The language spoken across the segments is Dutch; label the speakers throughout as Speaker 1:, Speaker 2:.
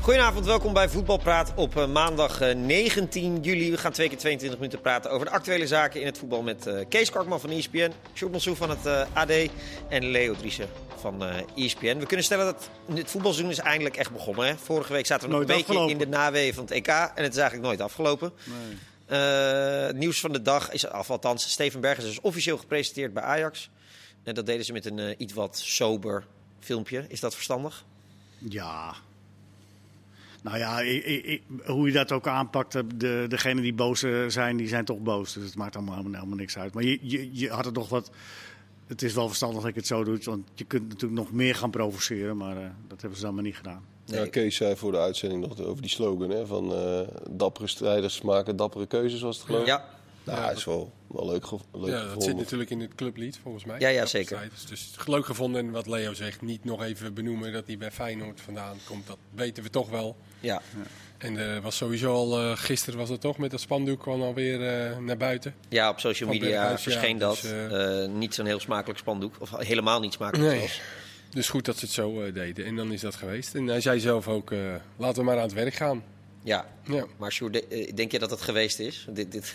Speaker 1: Goedenavond, welkom bij Voetbalpraat op eh, maandag eh, 19 juli. We gaan twee keer 22 minuten praten over de actuele zaken in het voetbal met eh, Kees Karkman van ESPN, Sjoerd Monsou van het eh, AD en Leo Driessen van eh ESPN. We kunnen stellen dat het voetbalseizoen is eindelijk echt begonnen. Hè? Vorige week zaten we nog
Speaker 2: Nooit
Speaker 1: een beetje
Speaker 2: afgelopen.
Speaker 1: in de naweeën van het EK en het is eigenlijk nooit afgelopen. Eh, het nieuws van de dag is af, althans. Steven Bergers is officieel gepresenteerd bij Ajax. En dat deden ze met een eh, iets wat sober filmpje. Is dat verstandig?
Speaker 2: Ja. Nou ja, i- i- i- hoe je dat ook aanpakt, eh, de, degenen die boos eh, zijn, die zijn toch boos. Dus het maakt allemaal helemaal, helemaal niks uit. Maar je, je, je had het nog wat... Het is wel verstandig dat ik het zo doe, want je kunt natuurlijk nog meer gaan provoceren. Maar eh, dat hebben ze dan maar niet gedaan.
Speaker 1: Nee.
Speaker 3: Ja, Kees zei voor de uitzending nog over die slogan hè, van eh, dappere strijders maken dappere keuzes was het geloof ik.
Speaker 1: Ja.
Speaker 3: Nou, is wel, wel leuk, gev- leuk
Speaker 4: Ja, dat
Speaker 3: gevonden.
Speaker 4: zit natuurlijk in het clublied, volgens mij.
Speaker 1: Ja, ja,
Speaker 4: Dat
Speaker 1: zeker.
Speaker 4: strijd is Dus leuk gevonden en wat Leo zegt, niet nog even benoemen dat hij bij Feyenoord vandaan komt. Dat weten we toch wel.
Speaker 1: Ja.
Speaker 4: En er was sowieso al, eh, gisteren was het toch, met dat spandoek kwam alweer eh, naar buiten.
Speaker 1: Ja, op social
Speaker 4: Van
Speaker 1: media
Speaker 4: Berghuis, ja,
Speaker 1: verscheen dat.
Speaker 4: dus, eh,
Speaker 1: Eh, niet zo'n heel smakelijk spandoek. Of helemaal niet smakelijk
Speaker 4: Nee.
Speaker 1: zelfs.
Speaker 4: Dus goed dat ze het zo eh, deden. En dan is dat geweest. En hij zei zelf ook, eh, laten we maar aan het werk gaan.
Speaker 1: Ja.
Speaker 4: Ja.
Speaker 1: Maar Sjoerd, de- eh, denk je dat het geweest is? Dit, dit...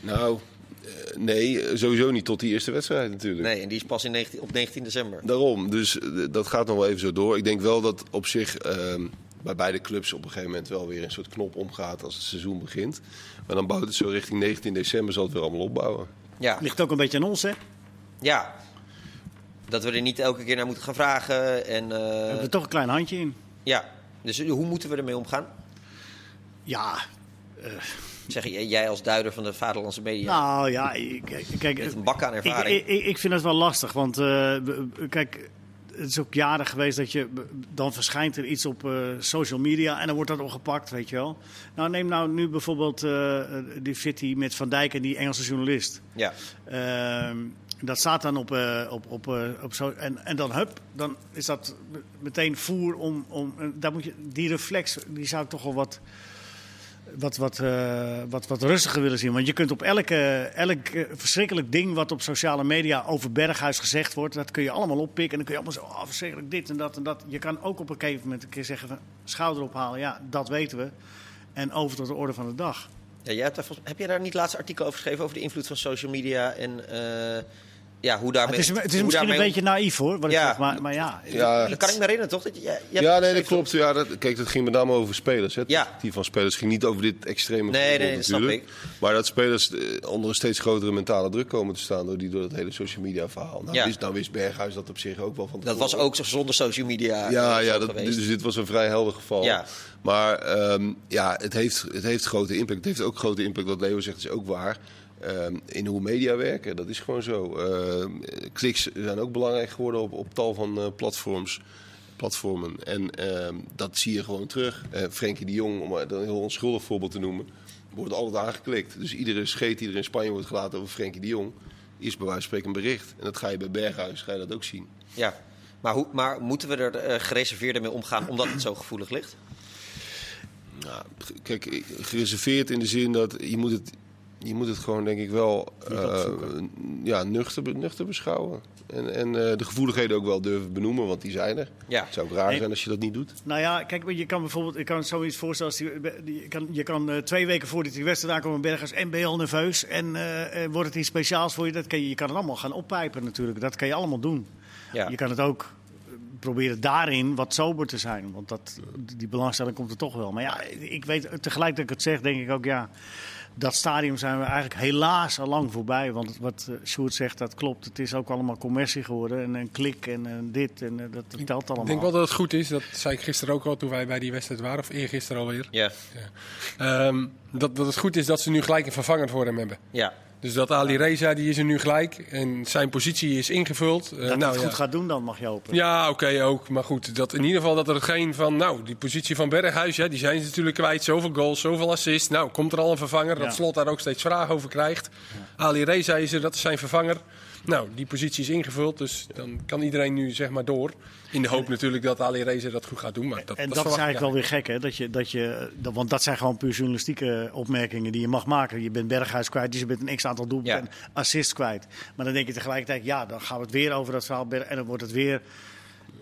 Speaker 3: Nou, eh, nee, eh, sowieso niet tot die eerste wedstrijd natuurlijk.
Speaker 1: Nee, en die is pas in 19 op 19 december.
Speaker 3: Daarom, dus eh, d- dat gaat nog wel even zo door. Ik denk wel dat op zich ehm, bij beide clubs op een gegeven moment wel weer een soort knop omgaat als het seizoen begint. Maar dan bouwt het zo richting 19 december, zal het weer allemaal opbouwen.
Speaker 1: Ja.
Speaker 2: Ligt ook een beetje aan ons, hè?
Speaker 1: ja. Dat we er niet elke keer naar moeten gaan vragen. En, eh,
Speaker 2: We hebben er toch een klein handje in.
Speaker 1: ja. Dus hoe moeten we ermee omgaan?
Speaker 2: Ja,
Speaker 1: Zeg j- jij als duider van de vaderlandse media.
Speaker 2: Nou ja, ik- kijk, kijk,
Speaker 1: heeft een bak aan ervaring.
Speaker 2: Ik, ik, ik vind het wel lastig, want eh, we- we- kijk, het is ook jaren geweest dat je dan verschijnt er iets op eh, social media en dan wordt dat opgepakt, weet je wel. Nou, neem nou nu bijvoorbeeld eh, die fitty met Van Dijk en die Engelse journalist.
Speaker 1: Ja.
Speaker 2: Ehm, dat staat dan op, eh, op, op, eh, op zo. En, en dan hup, dan is dat me- meteen voer om. om en daar moet je, die reflex die zou ik toch wel wat, wat, wat, eh, wat, wat rustiger willen zien. Want je kunt op elke, elk eh, verschrikkelijk ding wat op sociale media over Berghuis gezegd wordt, dat kun je allemaal oppikken. En dan kun je allemaal zo oh, verschrikkelijk dit en dat en dat. Je kan ook op een gegeven moment een keer zeggen: van, schouder ophalen, ja, dat weten we. En over tot de orde van de dag.
Speaker 1: Ja, jij hebt daar volgens- heb jij daar niet laatst artikel over geschreven? Over de invloed van social media en eh, ja, hoe daarmee...
Speaker 2: Het is, het is
Speaker 1: hoe
Speaker 2: misschien een
Speaker 1: daarmee om-
Speaker 2: beetje naïef hoor, wat
Speaker 1: Ja.
Speaker 2: ik zeg, maar, maar ja.
Speaker 3: Ja,
Speaker 1: Dat kan ik me herinneren, toch? Dat je, jij- jij
Speaker 3: ja
Speaker 1: hebt
Speaker 3: nee, dat
Speaker 1: geschreven-
Speaker 3: klopt. Ja, dat, kijk, dat ging met name over spelers. Hè.
Speaker 1: Ja.
Speaker 3: Die van spelers ging niet over dit extreme
Speaker 1: Nee,
Speaker 3: voetbal
Speaker 1: nee, dat snap
Speaker 3: natuurlijk. Maar dat spelers eh, onder een steeds grotere mentale druk komen te staan... door, die, door dat hele social media verhaal. Nou,
Speaker 1: Ja.
Speaker 3: wist, nou wist Berghuis dat op zich ook wel van
Speaker 1: Dat was
Speaker 3: tevoren.
Speaker 1: ook zo zonder social media.
Speaker 3: Ja,
Speaker 1: eh,
Speaker 3: ja
Speaker 1: zo
Speaker 3: dat,
Speaker 1: geweest.
Speaker 3: dus dit was een vrij helder geval.
Speaker 1: Ja.
Speaker 3: Maar ehm, ja, het heeft, het heeft grote impact. Het heeft ook grote impact, wat Leo zegt, is ook waar. ehm, in hoe media werken, dat is gewoon zo. Ehm, kliks zijn ook belangrijk geworden op, op tal van eh, platforms. Platformen. En ehm, dat zie je gewoon terug. Eh Frenkie de Jong, om maar een heel onschuldig voorbeeld te noemen, wordt altijd aangeklikt. Dus iedere scheet die er in Spanje wordt gelaten over Frenkie de Jong, is bij wijze van spreken een bericht. En dat ga je bij Berghuis ga je dat ook zien.
Speaker 1: ja. Maar, hoe, maar moeten we er eh, gereserveerder mee omgaan omdat het zo gevoelig ligt?
Speaker 3: Nou, kijk, ik- gereserveerd in de zin dat je moet het, je moet het gewoon denk ik wel eh, ja, nuchter, be- nuchter beschouwen. En, en eh, de gevoeligheden ook wel durven benoemen, want die zijn er.
Speaker 1: Ja.
Speaker 3: Het zou ook raar
Speaker 2: Nee.
Speaker 3: zijn als je dat niet doet.
Speaker 2: Nou ja, kijk, je kan bijvoorbeeld, ik kan zoiets voorstellen als die, die- je kan, je kan eh, twee weken voordat die wedstrijd aankomt Bergers en ben je al nerveus en eh, eh, wordt het iets speciaals voor je. Dat kan je, je kan het allemaal gaan oppijpen natuurlijk, dat kan je allemaal doen.
Speaker 1: Ja.
Speaker 2: Je kan het ook eh, proberen daarin wat sober te zijn, want dat, die belangstelling komt er toch wel. Maar ja, ik weet tegelijk dat ik het zeg, denk ik ook ja, dat stadium zijn we eigenlijk helaas al lang voorbij. Want wat eh, Sjoerd zegt, dat klopt. Het is ook allemaal commercie geworden en een klik en een dit en eh, dat, dat telt allemaal.
Speaker 4: Ik denk wel dat het goed is, dat zei ik gisteren ook al toen wij bij die wedstrijd waren, of eergisteren alweer.
Speaker 1: Ja,
Speaker 4: Ehm, dat, dat het goed is dat ze nu gelijk een vervanger voor hem hebben.
Speaker 1: ja.
Speaker 4: Dus dat Ali Reza, die is er nu gelijk. En zijn positie is ingevuld. Eh,
Speaker 2: dat hij
Speaker 4: nou,
Speaker 2: het
Speaker 4: ja.
Speaker 2: goed gaat doen dan, mag je hopen.
Speaker 4: Ja, oké, ook. Maar goed, dat in ieder geval dat er geen van... Nou, die positie van Berghuis, hè, die zijn ze natuurlijk kwijt. Zoveel goals, zoveel assists. Nou, komt er al een vervanger.
Speaker 2: Ja.
Speaker 4: Dat Slot daar ook steeds vragen over krijgt. Ali Reza is er, dat is zijn vervanger. Nou, die positie is ingevuld, dus dan kan iedereen nu zeg maar door. In de hoop natuurlijk dat Ali Reza dat goed gaat doen. Maar dat,
Speaker 2: en dat, is
Speaker 4: verwacht ik
Speaker 2: eigenlijk wel weer gek, hè? Dat je, dat je, dat- want dat zijn gewoon puur journalistieke opmerkingen die je mag maken. Je bent Berghuis kwijt, dus je bent een x-aantal doelpunten
Speaker 1: Ja.
Speaker 2: en assists kwijt. Maar dan denk je tegelijkertijd, ja, dan gaan we het weer over dat verhaal. Ber- En dan wordt het weer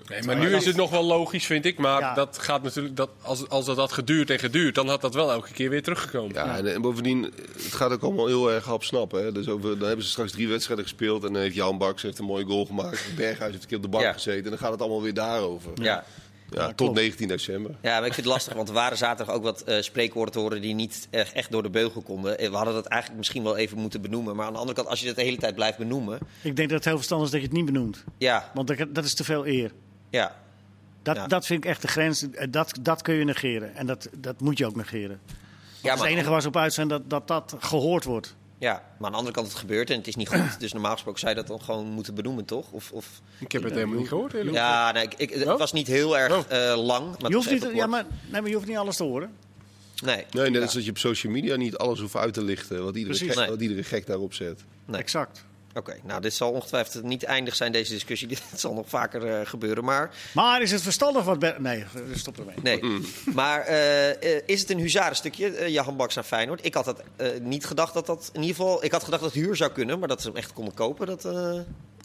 Speaker 4: Nee, maar nu is het nog wel logisch, vind ik. Maar
Speaker 2: Ja.
Speaker 4: dat gaat natuurlijk, dat, als, als dat had geduurd en geduurd, dan had dat wel elke keer weer teruggekomen.
Speaker 3: Ja, En, en bovendien, het gaat ook allemaal heel erg hap snappen. Hè? Dus over, dan hebben ze straks drie wedstrijden gespeeld. En dan heeft Jan Baks heeft een mooie goal gemaakt. Berghuis heeft een keer op de bank
Speaker 1: Ja.
Speaker 3: gezeten. En dan gaat het allemaal weer daarover. Ja,
Speaker 1: Ja.
Speaker 3: tot 19 december.
Speaker 1: Ja, maar ik vind het lastig, want er waren zaterdag ook wat eh, spreekwoorden te horen die niet eh, echt door de beugel konden. Eh, We hadden dat eigenlijk misschien wel even moeten benoemen. Maar aan de andere kant, als je dat de hele tijd blijft benoemen.
Speaker 2: Ik denk dat het heel verstandig is dat je het niet benoemt.
Speaker 1: Ja,
Speaker 2: Want dat, dat is te veel eer.
Speaker 1: ja.
Speaker 2: Dat,
Speaker 1: Ja.
Speaker 2: dat vind ik echt de grens. Eh, Dat, dat kun je negeren. En dat, dat moet je ook negeren.
Speaker 1: Ja,
Speaker 2: het
Speaker 1: maar,
Speaker 2: enige waar ze op uit zijn, dat dat, dat gehoord wordt.
Speaker 1: ja, maar aan de andere kant, het gebeurt en het is niet goed. Dus normaal gesproken zou je dat dan gewoon moeten benoemen, toch? Of, of,
Speaker 4: Ik heb het helemaal niet gehoord. eerlijk gezegd.
Speaker 1: ja, nee, ik, ik, het
Speaker 4: Oh.
Speaker 1: was niet heel erg
Speaker 4: Oh.
Speaker 1: eh, lang. Maar
Speaker 2: Je hoeft,
Speaker 1: het
Speaker 2: niet,
Speaker 1: was even
Speaker 2: ja,
Speaker 1: kort.
Speaker 2: maar, nee, maar je hoeft niet alles te horen.
Speaker 1: Nee,
Speaker 3: Nee, net
Speaker 1: Ja.
Speaker 3: als dat je op social media niet alles hoeft uit te lichten. Wat iedere,
Speaker 2: Precies.
Speaker 3: gek,
Speaker 1: Nee.
Speaker 3: wat iedere gek daarop zet.
Speaker 1: Nee.
Speaker 2: Exact.
Speaker 1: Oké, nou, dit zal ongetwijfeld niet eindig zijn, deze discussie. Dit zal nog vaker eh, gebeuren. Maar
Speaker 2: Maar is het verstandig wat... Ber- Nee, stop ermee.
Speaker 1: Nee. Maar eh, eh, is het een huzarenstukje, eh Jahan Baks naar Feyenoord? Ik had dat eh, niet gedacht dat dat in ieder geval... Ik had gedacht dat het huur zou kunnen, maar dat ze hem echt konden kopen. Dat, eh,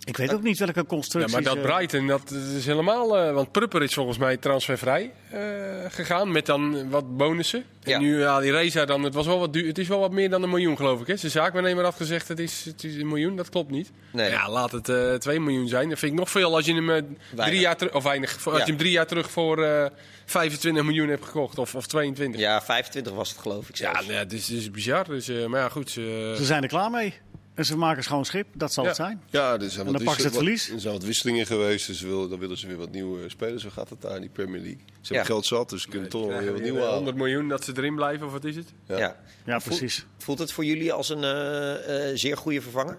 Speaker 2: Ik weet ook niet welke
Speaker 4: Ja,
Speaker 2: constructies...
Speaker 4: maar dat
Speaker 2: eh,
Speaker 4: Brighton, dat is helemaal... eh, want Prupper is volgens mij transfervrij eh, gegaan met dan wat bonussen.
Speaker 1: Ja.
Speaker 4: En nu Ali Reza dan, het, was wel wat duur, het is wel wat meer dan een miljoen geloof ik. Hè? Zijn zaakwaarnemer had gezegd, het is, het is een miljoen, dat klopt niet.
Speaker 1: Nee.
Speaker 4: Ja, laat het eh 2 miljoen zijn. Dat vind ik nog veel als je hem, eh, drie, jaar terug- of weinig, voor- als
Speaker 1: Ja.
Speaker 4: je hem drie jaar terug voor eh, 25 miljoen hebt gekocht. Of, of 22. Ja,
Speaker 1: ja, 25 was het geloof ik zelfs.
Speaker 4: nou ja, dit is, dit is bizar. Dus, eh, maar ja, goed. ze-
Speaker 2: Ze zijn er klaar mee. En ze maken schoon schip. Dat zal
Speaker 4: Ja.
Speaker 2: het zijn.
Speaker 3: Ja, er zijn
Speaker 2: En
Speaker 3: wat,
Speaker 2: dan pakken ze het
Speaker 3: wissel- wat-
Speaker 2: verlies.
Speaker 3: er zijn wat wisselingen geweest. Dus ze willen- dan willen ze weer wat nieuwe spelers. Zo gaat het daar in die Premier League. Ze
Speaker 1: Ja.
Speaker 3: hebben geld zat, dus ze kunnen toch wel weer wat nieuwe halen.
Speaker 4: 100 miljoen dat ze erin blijven, of wat is het?
Speaker 1: ja.
Speaker 2: Ja, precies.
Speaker 1: Voelt het voor jullie als een eh, eh, zeer goede vervanger?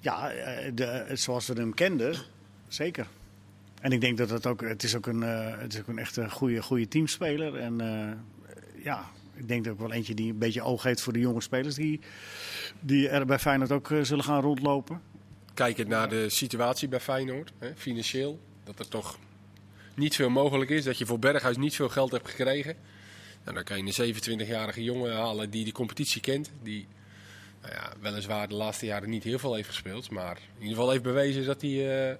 Speaker 2: Ja, eh, de, eh, zoals we hem kenden, zeker. En ik denk dat het ook, het is ook een, eh, het is ook een echt een goede, goede teamspeler. En eh, ja, ik denk dat ook wel eentje die een beetje oog heeft voor de jonge spelers die, die er bij Feyenoord ook eh, zullen gaan rondlopen.
Speaker 4: kijkend naar de situatie bij Feyenoord, hè, financieel, dat er toch niet veel mogelijk is. Dat je voor Berghuis niet veel geld hebt gekregen. Nou, dan kan je een 27-jarige jongen halen die de competitie kent. Die nou ja, weliswaar de laatste jaren niet heel veel heeft gespeeld. Maar in ieder geval heeft bewezen dat hij, eh,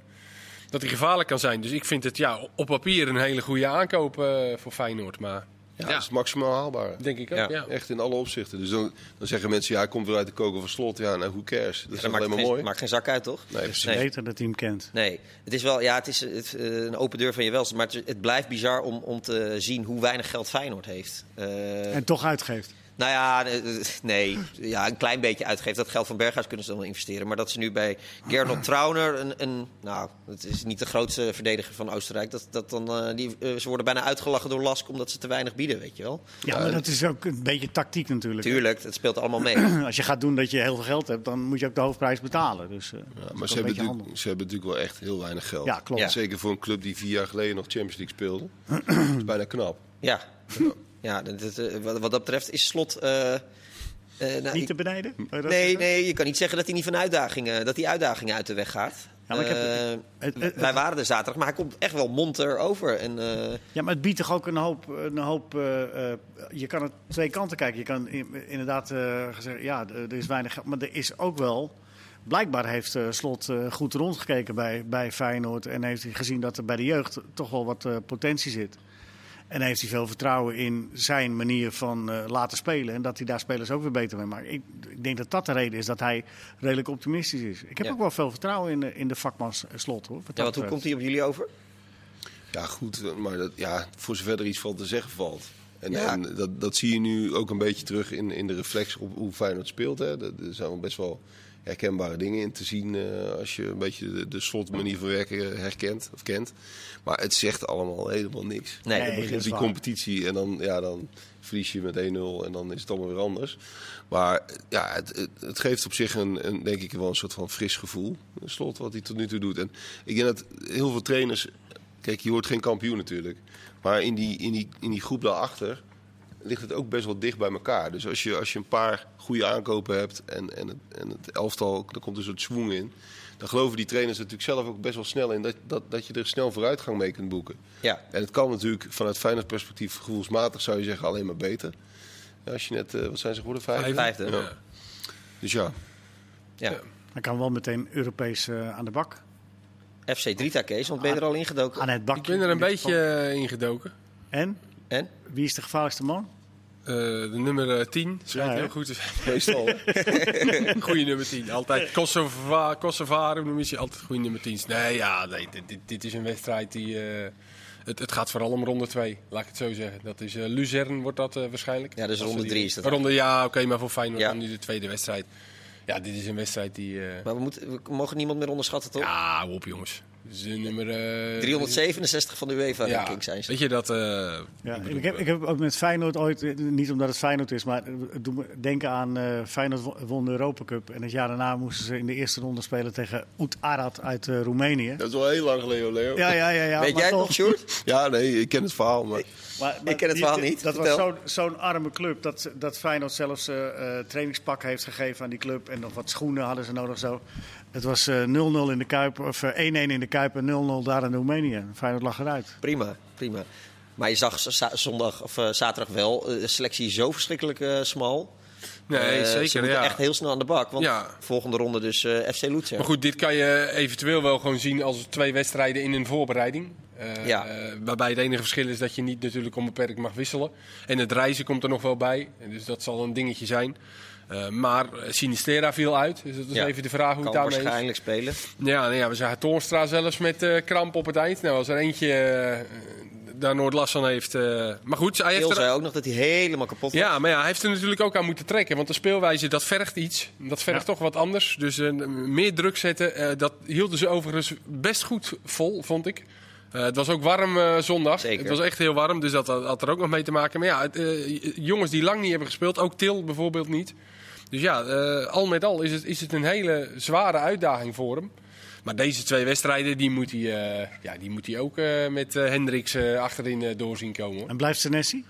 Speaker 4: dat hij gevaarlijk kan zijn. Dus ik vind het ja, op papier een hele goede aankoop eh, voor Feyenoord. Maar
Speaker 3: Ja,
Speaker 4: Ja.
Speaker 3: dat is maximaal haalbaar.
Speaker 4: denk ik ook,
Speaker 1: Ja.
Speaker 4: ja.
Speaker 3: Echt in alle opzichten. Dus dan, dan zeggen mensen, ja, hij komt weer uit de koker van slot. Ja, nou, who cares? Dat is
Speaker 1: dat
Speaker 3: toch alleen
Speaker 1: maakt
Speaker 3: maar
Speaker 1: geen,
Speaker 3: mooi.
Speaker 1: maakt geen zak uit, toch?
Speaker 3: Nee, precies.
Speaker 1: Nee.
Speaker 2: Beter dat hij hem kent.
Speaker 1: Nee, het is wel, ja, het is het, eh, een open deur van je welste. Maar het, het blijft bizar om, om te zien hoe weinig geld Feyenoord heeft. Eh,
Speaker 2: En toch uitgeeft.
Speaker 1: Nou ja, eh, eh, nee. Ja, een klein beetje uitgeeft. Dat geld van Berghuis kunnen ze dan wel investeren. Maar dat ze nu bij Gernot Trauner, een, een, nou, het is niet de grootste verdediger van Oostenrijk. Dat, dat dan, eh, die, eh, ze worden bijna uitgelachen door Lask omdat ze te weinig bieden, weet je wel.
Speaker 2: Ja, maar dat is ook een beetje tactiek natuurlijk.
Speaker 1: Eh, Tuurlijk, het speelt allemaal mee.
Speaker 2: Als je gaat doen dat je heel veel geld hebt, dan moet je ook de hoofdprijs betalen. Dus, eh, dat is
Speaker 3: Ja,
Speaker 2: ook
Speaker 3: maar ze
Speaker 2: een
Speaker 3: hebben,
Speaker 2: beetje
Speaker 3: natuurlijk, ze hebben natuurlijk wel echt heel weinig geld.
Speaker 2: Ja, klopt.
Speaker 1: Ja.
Speaker 3: Zeker voor een club die vier jaar geleden nog Champions League speelde. dat is bijna knap.
Speaker 1: Ja, ja dat, dat, eh, wat, wat dat betreft is slot. eh, eh, nou,
Speaker 2: Niet
Speaker 1: ik-
Speaker 2: te benijden? Wil je dat
Speaker 1: Nee,
Speaker 2: zeggen?
Speaker 1: nee, je kan niet zeggen dat hij niet van uitdagingen, dat die uitdagingen uit de weg gaat.
Speaker 2: Ja, maar ik heb-
Speaker 1: Eh,
Speaker 2: het- het-
Speaker 1: wij waren er zaterdag, maar hij komt echt wel monter over. En, eh,
Speaker 2: Ja, maar het biedt toch ook een hoop. Een hoop eh, eh, je kan het twee kanten kijken. Je kan in- inderdaad eh zeggen, ja, d- er is weinig geld. Maar er is ook wel. Blijkbaar heeft eh, Slot eh, goed rondgekeken bij, bij Feyenoord. En heeft hij gezien dat er bij de jeugd toch wel wat eh, potentie zit. En heeft hij veel vertrouwen in zijn manier van eh, laten spelen. En dat hij daar spelers ook weer beter mee maakt. Ik, ik denk dat dat de reden is dat hij redelijk optimistisch is. Ik heb
Speaker 1: Ja.
Speaker 2: ook wel veel vertrouwen in, de- in de vakmans eh, Slot. Hoor, wat
Speaker 1: ja,
Speaker 2: dat
Speaker 1: want hoe
Speaker 2: betreft.
Speaker 1: komt hij op jullie over?
Speaker 3: Ja, goed, maar dat, ja, voor zover er iets van te zeggen valt. En,
Speaker 1: Ja.
Speaker 3: en dat, dat zie je nu ook een beetje terug in, in de reflex op hoe Feyenoord speelt. Hè. Er er zijn wel best wel herkenbare dingen in te zien eh, als je een beetje de, de slotmanier van werken herkent of kent. Maar het zegt allemaal helemaal niks.
Speaker 1: Nee.
Speaker 3: Dan
Speaker 1: Nee,
Speaker 3: begint
Speaker 2: dat is
Speaker 3: die
Speaker 2: waar.
Speaker 3: competitie en dan, ja, dan verlies je met 1-0 en dan is het allemaal weer anders. Maar ja, het, het, het geeft op zich een, een, denk ik wel een soort van fris gevoel. Een slot wat hij tot nu toe doet. En ik denk dat heel veel trainers... Kijk, je hoort geen kampioen natuurlijk. Maar in die, in die, in die groep daarachter ligt het ook best wel dicht bij elkaar. Dus als je, als je een paar goede aankopen hebt en, en, het, en het elftal, er komt een soort zwoeng in... dan geloven die trainers er natuurlijk zelf ook best wel snel in... dat, dat, dat je er snel vooruitgang mee kunt boeken.
Speaker 1: Ja.
Speaker 3: En het kan natuurlijk vanuit Feyenoord perspectief gevoelsmatig zou je zeggen alleen maar beter. Ja, als je net, eh, wat zijn ze geworden? Vijf?
Speaker 1: Vijfde.
Speaker 3: Ja. Dus ja,
Speaker 1: Ja.
Speaker 2: Hij kan wel meteen Europees eh, aan de bak.
Speaker 1: FC Drita Kees, want ben je er al ingedoken?
Speaker 2: Aan het
Speaker 4: Ik
Speaker 2: bakje.
Speaker 4: ben er een
Speaker 2: in dit
Speaker 4: beetje eh, ingedoken.
Speaker 2: geval. En?
Speaker 1: En?
Speaker 2: Wie is de gevaarlijkste man?
Speaker 4: Eh, de nummer eh, 10 schijnt
Speaker 2: Ja, hè?
Speaker 4: heel goed te zijn.
Speaker 3: Meestal. hè.
Speaker 4: Goede nummer 10. Altijd Kosova, Kosovaren noem je ze altijd goede nummer 10. Nee, ja, nee, dit, dit, dit is een wedstrijd die. eh, het, het gaat vooral om ronde 2, laat ik het zo zeggen. Dat is eh, Luzern, wordt dat eh, waarschijnlijk.
Speaker 1: Ja, dus
Speaker 4: Als
Speaker 1: ronde
Speaker 4: we die-
Speaker 1: drie is dat
Speaker 4: Ronde, ja, oké, maar voor Feyenoord
Speaker 1: Ja.
Speaker 4: dan nu de tweede wedstrijd. Ja, dit is een wedstrijd die. eh,
Speaker 1: Maar we, moeten, we mogen niemand meer onderschatten, toch?
Speaker 4: ja, hou op jongens. Dit is de nummer. eh,
Speaker 1: 367 van de UEFA-ranking zijn ze.
Speaker 4: Weet je dat. eh,
Speaker 2: Ja,
Speaker 4: ik
Speaker 2: ik,
Speaker 4: bedoel,
Speaker 2: heb, ik heb ook met Feyenoord ooit, eh, niet omdat het Feyenoord is, maar eh, het doet me denken aan eh, Feyenoord wo- won de Europa Cup. En het jaar daarna moesten ze in de eerste ronde spelen tegen Oet Arad uit eh, Roemenië.
Speaker 3: Dat is wel heel lang geleden, hoor, Leo.
Speaker 2: Ja,
Speaker 3: Ja,
Speaker 2: ja, ja. ja
Speaker 1: Weet
Speaker 2: maar
Speaker 1: jij het
Speaker 2: toch.
Speaker 1: nog, Sjoerd?
Speaker 3: nee, ik ken het verhaal. Maar
Speaker 2: Maar,
Speaker 1: Ik ken het
Speaker 2: die-
Speaker 1: verhaal niet.
Speaker 2: Dat was
Speaker 1: Vertel.
Speaker 2: zo'n zo'n arme club dat, ze- dat Feyenoord zelfs eh, eh, trainingspak heeft gegeven aan die club. En nog wat schoenen hadden ze nodig zo. Het was eh, 0-0 in de Kuip, of eh, 1-1 in de Kuip en 0-0 daar in Roemenië. Feyenoord lag eruit.
Speaker 1: Prima, prima. Maar je zag z- za- zondag of eh, zaterdag wel eh, de selectie zo verschrikkelijk eh, smal.
Speaker 4: Nee,
Speaker 1: Eh, Ze
Speaker 4: zeker.
Speaker 1: moeten
Speaker 4: ja.
Speaker 1: echt heel snel aan de bak. Want
Speaker 4: Ja.
Speaker 1: volgende ronde dus eh, FC Loetsen.
Speaker 4: Maar goed, dit kan je eventueel wel gewoon zien als twee wedstrijden in een voorbereiding. Eh,
Speaker 1: Ja.
Speaker 4: eh, waarbij het enige verschil is dat je niet natuurlijk onbeperkt mag wisselen. En het reizen komt er nog wel bij. En Dus dat zal een dingetje zijn. Eh, maar Sinistera viel uit. Dus dat is
Speaker 1: Ja.
Speaker 4: even de vraag
Speaker 1: kan
Speaker 4: hoe het daarmee is.
Speaker 1: waarschijnlijk spelen.
Speaker 4: Ja, nou ja, we zagen Toornstra zelfs met eh, kramp op het eind. Nou, als er eentje eh, daar nooit last van heeft. eh, maar goed, hij heeft
Speaker 1: Heel
Speaker 4: er
Speaker 1: zei ook nog dat hij helemaal kapot was.
Speaker 4: ja, maar ja, hij heeft er natuurlijk ook aan moeten trekken. Want de speelwijze, dat vergt iets. Dat vergt toch wat anders. Dus eh, meer druk zetten. eh, dat hielden ze overigens best goed vol, vond ik. Eh, het was ook warm eh, zondag.
Speaker 1: Zeker.
Speaker 4: Het was echt heel warm, dus dat had, had er ook nog mee te maken. Maar ja, het, eh, jongens die lang niet hebben gespeeld, ook Til bijvoorbeeld niet. Dus ja, eh, al met al is het, is het een hele zware uitdaging voor hem. Maar deze twee wedstrijden, die moet hij, eh, ja, die moet hij ook eh, met eh, Hendricks eh, achterin eh, doorzien komen. Hoor.
Speaker 2: En blijft Senesi?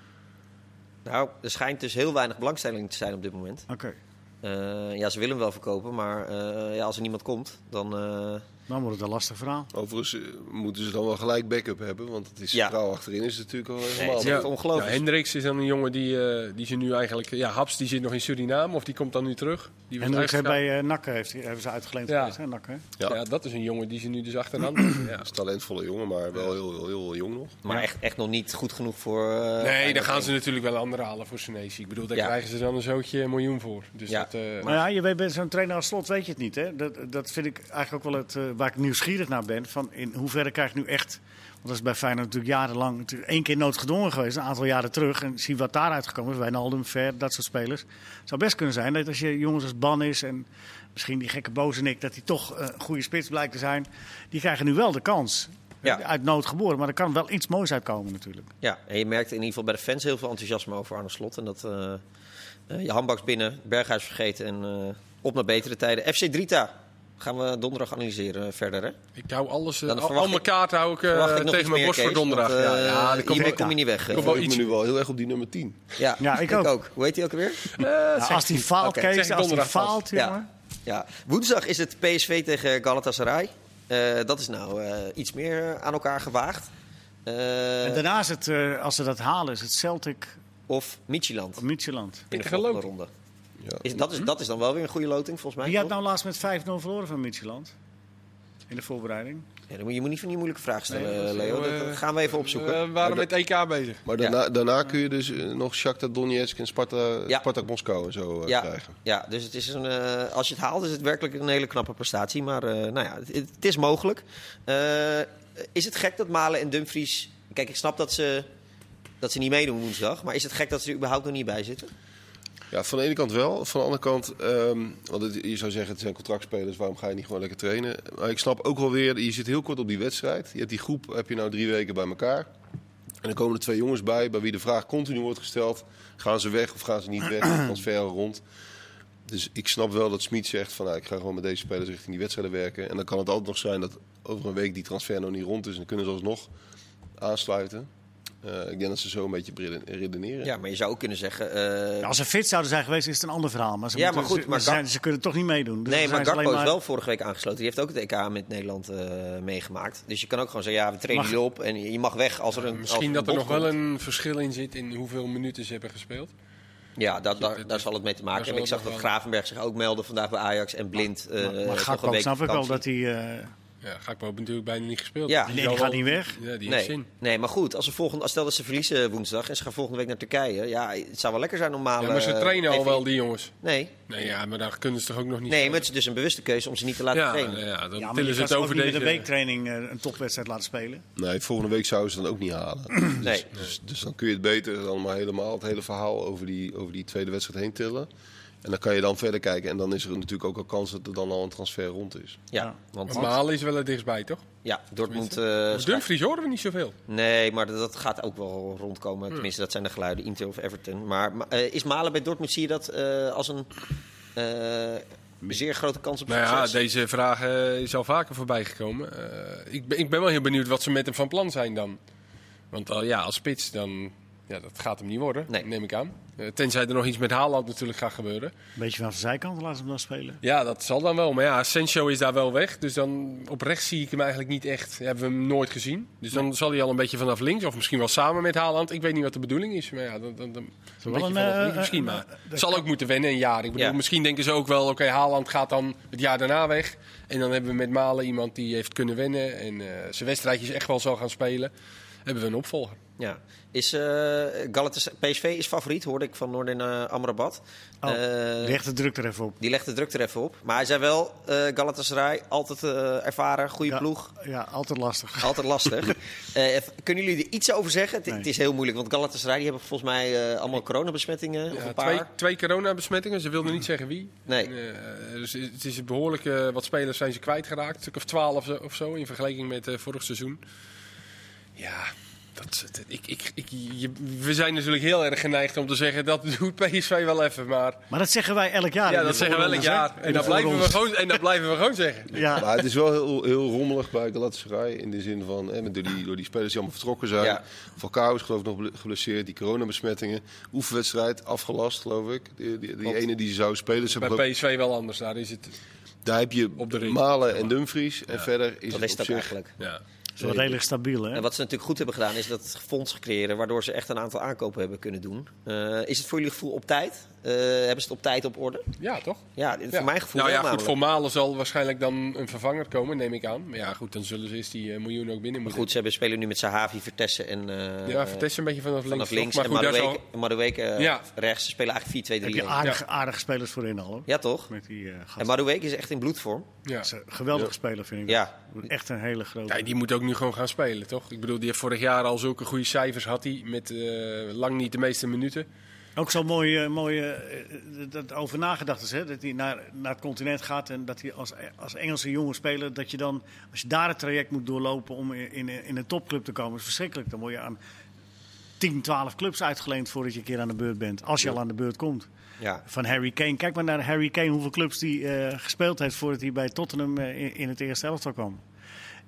Speaker 1: Nou, er schijnt dus heel weinig belangstelling te zijn op dit moment.
Speaker 2: Oké,
Speaker 1: Eh, ja, ze willen hem wel verkopen, maar eh, ja, als er niemand komt, dan... eh,
Speaker 2: dan wordt het een lastig verhaal.
Speaker 3: overigens eh, moeten ze dan wel gelijk backup hebben. Want het is
Speaker 1: Ja.
Speaker 3: centraal achterin is het natuurlijk al
Speaker 1: Nee, het
Speaker 3: helemaal.
Speaker 1: is echt ongelooflijk.
Speaker 4: Ja, Hendricks is dan een jongen die, eh, die ze nu eigenlijk... Ja, Haps die zit nog in Suriname of die komt dan nu terug. Die was
Speaker 2: En ook
Speaker 4: eigenlijk-
Speaker 2: bij eh Nakken heeft, hebben ze uitgeleend.
Speaker 4: Ja.
Speaker 2: geweest, hè, Nakken, hè?
Speaker 4: ja.
Speaker 3: ja,
Speaker 4: dat is een jongen die ze nu dus achteraan... ja.
Speaker 3: dat is een talentvolle jongen, maar wel heel, heel, heel jong nog.
Speaker 1: Maar echt, echt nog niet goed genoeg voor. eh,
Speaker 4: Nee, daar
Speaker 1: Feyenoord.
Speaker 4: gaan ze natuurlijk wel een andere halen voor Senesi. Ik bedoel, daar
Speaker 1: Ja.
Speaker 4: krijgen ze dan een zootje miljoen voor. Dus
Speaker 1: Ja.
Speaker 4: dat... eh,
Speaker 2: Maar ja, je weet, bij zo'n trainer als slot weet je het niet. Hè? Dat, dat vind ik eigenlijk ook wel het, eh, waar ik nieuwsgierig naar ben. Van in hoeverre krijg ik nu echt. Want dat is bij Feyenoord natuurlijk jarenlang. natuurlijk één keer noodgedwongen geweest, een aantal jaren terug. En zie wat daaruit gekomen is. Wijnaldum, Ver, dat soort spelers. Het zou best kunnen zijn dat als je jongens als Ban is. en misschien die gekke Bozenik. dat hij toch eh, een goede spits blijkt te zijn. die krijgen nu wel de kans.
Speaker 1: Ja.
Speaker 2: Uit nood geboren, maar er kan wel iets moois uitkomen natuurlijk.
Speaker 1: Ja, en je merkt in ieder geval bij de fans heel veel enthousiasme over Arne Slot. En dat eh, eh, je handbaks binnen, Berghuis vergeten en eh, op naar betere tijden. FC Drita gaan we donderdag analyseren eh, verder. Hè?
Speaker 4: ik hou alles... eh,
Speaker 1: Dan
Speaker 4: al, al
Speaker 1: verwacht ik-
Speaker 4: mijn kaarten hou ik, eh,
Speaker 1: Verwacht ik nog iets
Speaker 4: tegen mijn
Speaker 1: meer,
Speaker 4: borst voor
Speaker 1: Kees, want,
Speaker 4: donderdag.
Speaker 1: eh,
Speaker 4: ja, ja, er komt
Speaker 1: hiermee
Speaker 2: Drita.
Speaker 1: kom je niet weg. eh.
Speaker 4: Kom
Speaker 3: Ik
Speaker 4: wel
Speaker 3: me
Speaker 4: iets-
Speaker 3: nu wel heel erg op die nummer 10.
Speaker 1: Ja,
Speaker 2: Ja, ik ook.
Speaker 1: Hoe heet hij ook alweer?
Speaker 2: Nou, als die faalt,
Speaker 1: Oké,
Speaker 2: Kees,
Speaker 4: zeg ik
Speaker 2: als die
Speaker 4: donderdag vast.
Speaker 2: faalt, jongen.
Speaker 1: Ja. ja. Woensdag is het PSV tegen Galatasaray. Eh, dat is nou eh, iets meer eh, aan elkaar gewaagd. Eh,
Speaker 2: En daarna is het, eh, als ze dat halen, is het Celtic
Speaker 1: Of Michieland in
Speaker 2: Midtjylland.
Speaker 1: de
Speaker 4: Pittige
Speaker 1: volgende
Speaker 4: loting.
Speaker 1: ronde.
Speaker 3: Ja.
Speaker 1: Is, dat, is, dat is dan wel weer een goede loting volgens mij.
Speaker 2: Wie had
Speaker 1: toch?
Speaker 2: nou laatst met 5-0 verloren van Midtjylland? In de voorbereiding.
Speaker 1: Ja, dan moet- je moet niet van die moeilijke vraag stellen,
Speaker 4: Nee, dat is
Speaker 1: Leo.
Speaker 4: heel,
Speaker 1: Dat,
Speaker 4: eh,
Speaker 1: dat gaan we even opzoeken.
Speaker 4: We waren met EK bezig.
Speaker 3: Maar daarna, daarna kun je dus eh, nog Shakhtar Donetsk en Sparta,
Speaker 1: Ja.
Speaker 3: Spartak Moskou en zo eh,
Speaker 1: ja,
Speaker 3: krijgen.
Speaker 1: ja, dus het is een, eh, als je het haalt, is het werkelijk een hele knappe prestatie. Maar eh, nou ja, het, het is mogelijk. Eh, is het gek dat Malen en Dumfries. Kijk, ik snap dat ze, dat ze niet meedoen woensdag. Maar is het gek dat ze er überhaupt nog niet bij zitten?
Speaker 3: Ja, van de ene kant wel. Van de andere kant, ehm, want het- je zou zeggen het zijn contractspelers, waarom ga je niet gewoon lekker trainen? Maar ik snap ook wel weer, je zit heel kort op die wedstrijd. Je hebt die groep, heb je nou drie weken bij elkaar. En dan komen er twee jongens bij, bij wie de vraag continu wordt gesteld. Gaan ze weg of gaan ze niet weg? Transfer rond. Dus ik snap wel dat Smit zegt van nou, ik ga gewoon met deze spelers richting die wedstrijden werken. En dan kan het altijd nog zijn dat over een week die transfer nog niet rond is. En dan kunnen ze alsnog aansluiten. Eh, ik denk dat ze zo een beetje brillen- redeneren.
Speaker 1: Ja, maar je zou ook kunnen zeggen. eh,
Speaker 2: Ja, als ze fit zouden zijn geweest, is het een ander verhaal. Maar ze,
Speaker 1: Ja,
Speaker 2: moeten-
Speaker 1: maar goed,
Speaker 2: ze,
Speaker 1: maar
Speaker 2: ze
Speaker 1: Gak-
Speaker 2: zijn- ze kunnen toch niet meedoen. Dus
Speaker 1: Nee,
Speaker 2: dan
Speaker 1: maar
Speaker 2: zijn ze alleen
Speaker 1: Gakpo is wel vorige week aangesloten. Die heeft ook het EK met Nederland eh, meegemaakt. Dus je kan ook gewoon zeggen, ja, we trainen
Speaker 2: Mag-
Speaker 1: jullie op. En je je mag weg als er een als
Speaker 4: Misschien
Speaker 1: een
Speaker 4: dat er
Speaker 1: bod
Speaker 4: nog wel
Speaker 1: komt.
Speaker 4: een verschil in zit in hoeveel minuten ze hebben gespeeld.
Speaker 1: Ja, dat, daar, daar zal het mee te maken
Speaker 4: Daar
Speaker 1: hebben.
Speaker 4: zal
Speaker 1: Ik
Speaker 4: het
Speaker 1: zag dat
Speaker 4: nog wel-
Speaker 1: Gravenberg zich ook meldde vandaag bij Ajax. En Blind... eh,
Speaker 2: Maar, maar
Speaker 1: toch een
Speaker 2: Gakpo
Speaker 1: week
Speaker 2: snap ik wel
Speaker 1: vakantie.
Speaker 2: dat hij eh,
Speaker 4: Ja, Gakpo heeft natuurlijk bijna niet gespeeld.
Speaker 1: Ja.
Speaker 2: Nee, die
Speaker 4: zal
Speaker 2: gaat
Speaker 4: wel-
Speaker 2: niet weg.
Speaker 4: Ja, die heeft
Speaker 1: Nee,
Speaker 4: zin.
Speaker 1: nee, maar goed, als ze volgende, als stel dat ze verliezen woensdag en ze gaan volgende week naar Turkije. Ja, het zou wel lekker zijn om Malen,
Speaker 4: Ja, maar ze
Speaker 1: eh,
Speaker 4: trainen al
Speaker 1: even-
Speaker 4: wel, die jongens.
Speaker 1: Nee,
Speaker 4: Nee, ja, maar daar kunnen ze toch ook nog niet...
Speaker 1: nee maar het is dus een bewuste keuze om ze niet te laten
Speaker 4: ja,
Speaker 1: trainen.
Speaker 4: nou ja, dan
Speaker 2: Ja, maar
Speaker 4: tillen
Speaker 2: je gaat
Speaker 4: ze het
Speaker 2: ze ook
Speaker 4: over
Speaker 2: niet met
Speaker 4: deze...
Speaker 2: een weektraining eh, een topwedstrijd laten spelen.
Speaker 3: Nee, volgende week zouden ze dan ook niet halen.
Speaker 1: Nee.
Speaker 3: Dus, dus dan kun je het beter dan maar helemaal het hele verhaal over die, over die tweede wedstrijd heen tillen. En dan kan je dan verder kijken. En dan is er natuurlijk ook al kans dat er dan al een transfer rond is.
Speaker 1: Ja, want
Speaker 4: Maar Malen is wel er dichtstbij, toch?
Speaker 1: ja, Dortmund... eh,
Speaker 4: Over Dumfries horen we niet zoveel.
Speaker 1: Nee, maar dat- dat gaat ook wel rondkomen.
Speaker 4: Hmm.
Speaker 1: Tenminste, dat zijn de geluiden, Inter of Everton. Maar ma- eh, is Malen bij Dortmund, zie je dat eh, als een eh, zeer grote kans op
Speaker 4: Nou ja,
Speaker 1: succes?
Speaker 4: deze vraag eh, is al vaker voorbij gekomen. Eh, ik, ben, ik ben wel heel benieuwd wat ze met hem van plan zijn dan. Want al ja, als spits, dan, ja, dat gaat hem niet worden,
Speaker 1: Nee.
Speaker 4: neem ik aan. Eh, tenzij er nog iets met Haaland natuurlijk gaat gebeuren.
Speaker 2: Een beetje vanaf de zijkant laten ze hem dan spelen.
Speaker 4: Ja, dat zal dan wel. Maar ja, Sancho is daar wel weg. Dus dan op rechts zie ik hem eigenlijk niet echt. Hebben we hem nooit gezien. Dus dan zal hij al een beetje vanaf links. Of misschien wel samen met Haaland. Ik weet niet wat de bedoeling is. Maar ja, dan, dan, dan een beetje
Speaker 2: een,
Speaker 4: vanaf
Speaker 2: eh,
Speaker 4: links misschien.
Speaker 2: een,
Speaker 4: Maar
Speaker 2: eh,
Speaker 4: het zal ook moeten wennen een jaar. Ik bedoel,
Speaker 1: Ja.
Speaker 4: misschien denken ze ook wel... Oké, Haaland gaat dan het jaar daarna weg. En dan hebben we met Malen iemand die heeft kunnen wennen. En eh, zijn wedstrijdjes echt wel zal gaan spelen. Hebben we een opvolger.
Speaker 1: Ja. Is, eh Galatas- PSV is favoriet, hoorde ik van Noordin eh, Amrabat.
Speaker 2: Oh,
Speaker 1: Eh,
Speaker 2: Leg de druk er even op.
Speaker 1: die legt de druk er even op. Maar hij zei wel, eh Galatasaray, altijd eh, ervaren, goede
Speaker 2: Ja,
Speaker 1: ploeg.
Speaker 2: Ja, altijd lastig.
Speaker 1: Altijd lastig. Eh, even- kunnen jullie er iets over zeggen? Het,
Speaker 2: Nee.
Speaker 1: het is heel moeilijk, want Galatasaray die hebben volgens mij eh, allemaal coronabesmettingen. of
Speaker 4: Ja,
Speaker 1: een paar.
Speaker 4: twee, twee coronabesmettingen. Ze wilden niet zeggen wie.
Speaker 1: Nee.
Speaker 4: En, eh, dus het is een behoorlijke... Wat spelers zijn ze kwijtgeraakt. Een stuk of twaalf of zo in vergelijking met eh, vorig seizoen. Ja... Dat, dat- ik, ik, ik, je- we zijn natuurlijk heel erg geneigd om te zeggen dat doet PSV wel even, maar
Speaker 2: Maar dat zeggen wij elk jaar.
Speaker 4: ja, dat zeggen we elk jaar. En dat, blijven we gewoon, en dat blijven we gewoon zeggen.
Speaker 2: Ja,
Speaker 3: Maar het is wel heel, heel rommelig bij Galatasaray. In de zin van, hè, met door, die, door die spelers die allemaal vertrokken zijn.
Speaker 1: Ja.
Speaker 3: Falcao is geloof ik nog bl- geblesseerd. Die coronabesmettingen. Oefenwedstrijd afgelast, geloof ik. Die, die, die
Speaker 1: Klopt.
Speaker 3: ene die ze zou spelen. Ze hebben geloof ik-
Speaker 4: Bij PSV wel anders, daar is het...
Speaker 3: daar heb je
Speaker 4: op de ring.
Speaker 3: Malen en Dumfries. En verder is
Speaker 1: Dat
Speaker 3: het
Speaker 1: is
Speaker 3: op
Speaker 1: dat
Speaker 3: zich-
Speaker 1: eigenlijk.
Speaker 4: Ja.
Speaker 2: dat is wel redelijk stabiel. Hè?
Speaker 1: En wat ze natuurlijk goed hebben gedaan is dat fonds creëren, waardoor ze echt een aantal aankopen hebben kunnen doen. Eh, is het voor jullie gevoel op tijd? Eh, hebben ze het op tijd op orde?
Speaker 4: ja, toch?
Speaker 1: Ja, dit- voor mijn gevoel
Speaker 4: Nou ja,
Speaker 1: wel
Speaker 4: goed, voor
Speaker 1: namelijk.
Speaker 4: Malen zal waarschijnlijk dan een vervanger komen, neem ik aan. Maar ja, goed, dan zullen ze eerst die eh, miljoen ook binnen
Speaker 1: Maar
Speaker 4: moeten.
Speaker 1: goed, ze hebben spelen nu met Sahavi, Vertessen en eh,
Speaker 4: ja, Vertes een beetje vanaf,
Speaker 1: vanaf links.
Speaker 4: links. toch?
Speaker 1: en
Speaker 4: Maar goed, daar
Speaker 1: Madueke,
Speaker 4: zal...
Speaker 1: Madueke, eh,
Speaker 4: Ja.
Speaker 1: rechts. Ze spelen eigenlijk 4-2-3.
Speaker 2: Heb je
Speaker 1: Ja.
Speaker 2: aardige, aardige spelers voorin al. Hoor.
Speaker 1: toch?
Speaker 2: Met die eh, gasten.
Speaker 1: En Madueke is echt in bloedvorm.
Speaker 4: Ja.
Speaker 2: Dat is een geweldige speler vind ik.
Speaker 1: Ja.
Speaker 2: dat. Echt een hele grote.
Speaker 4: Ja, die moet ook nu gewoon gaan spelen, toch? Ik bedoel, die heeft vorig jaar al zulke goede cijfers had hij, met eh, lang niet de meeste minuten.
Speaker 2: Ook zo'n mooie, mooie eh, dat over nagedacht is, hè? dat hij naar, naar het continent gaat en dat hij als, als Engelse jonge speler, dat je dan, als je daar het traject moet doorlopen om in, in, in een topclub te komen, is verschrikkelijk. Dan word je aan 10, 12 clubs uitgeleend voordat je een keer aan de beurt bent, als je al aan de beurt komt.
Speaker 1: Ja.
Speaker 2: Van Harry Kane, kijk maar naar Harry Kane, hoeveel clubs die eh, gespeeld heeft voordat hij bij Tottenham eh, in, in het eerste elftal kwam.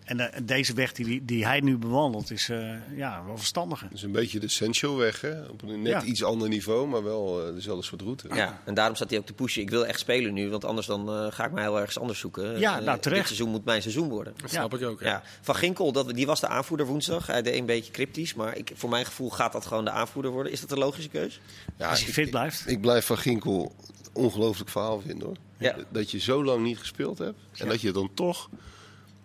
Speaker 2: En eh, deze weg die, die, die hij nu bewandelt is eh, ja, wel verstandige.
Speaker 3: Dus een beetje de Sancho weg, hè? Op een net
Speaker 2: Ja.
Speaker 3: iets ander niveau, maar wel eh, dezelfde soort route.
Speaker 1: Ja, en daarom staat hij ook te pushen. Ik wil echt spelen nu, want anders dan eh, ga ik mij heel ergens anders zoeken.
Speaker 2: Ja,
Speaker 1: Eh,
Speaker 2: nou, terecht.
Speaker 1: Dit seizoen moet mijn seizoen worden.
Speaker 4: Dat snap ik ook. hè.
Speaker 1: Ja, Van Ginkel, dat, die was de aanvoerder woensdag. Hij deed een beetje cryptisch, maar ik, voor mijn gevoel gaat dat gewoon de aanvoerder worden. Is dat een logische keus?
Speaker 3: Ja,
Speaker 2: Als hij
Speaker 3: ik-
Speaker 2: fit blijft.
Speaker 3: Ik blijf van Ginkel een ongelooflijk verhaal vinden hoor.
Speaker 1: Ja.
Speaker 3: Dat je zo lang niet gespeeld hebt en dat je dan toch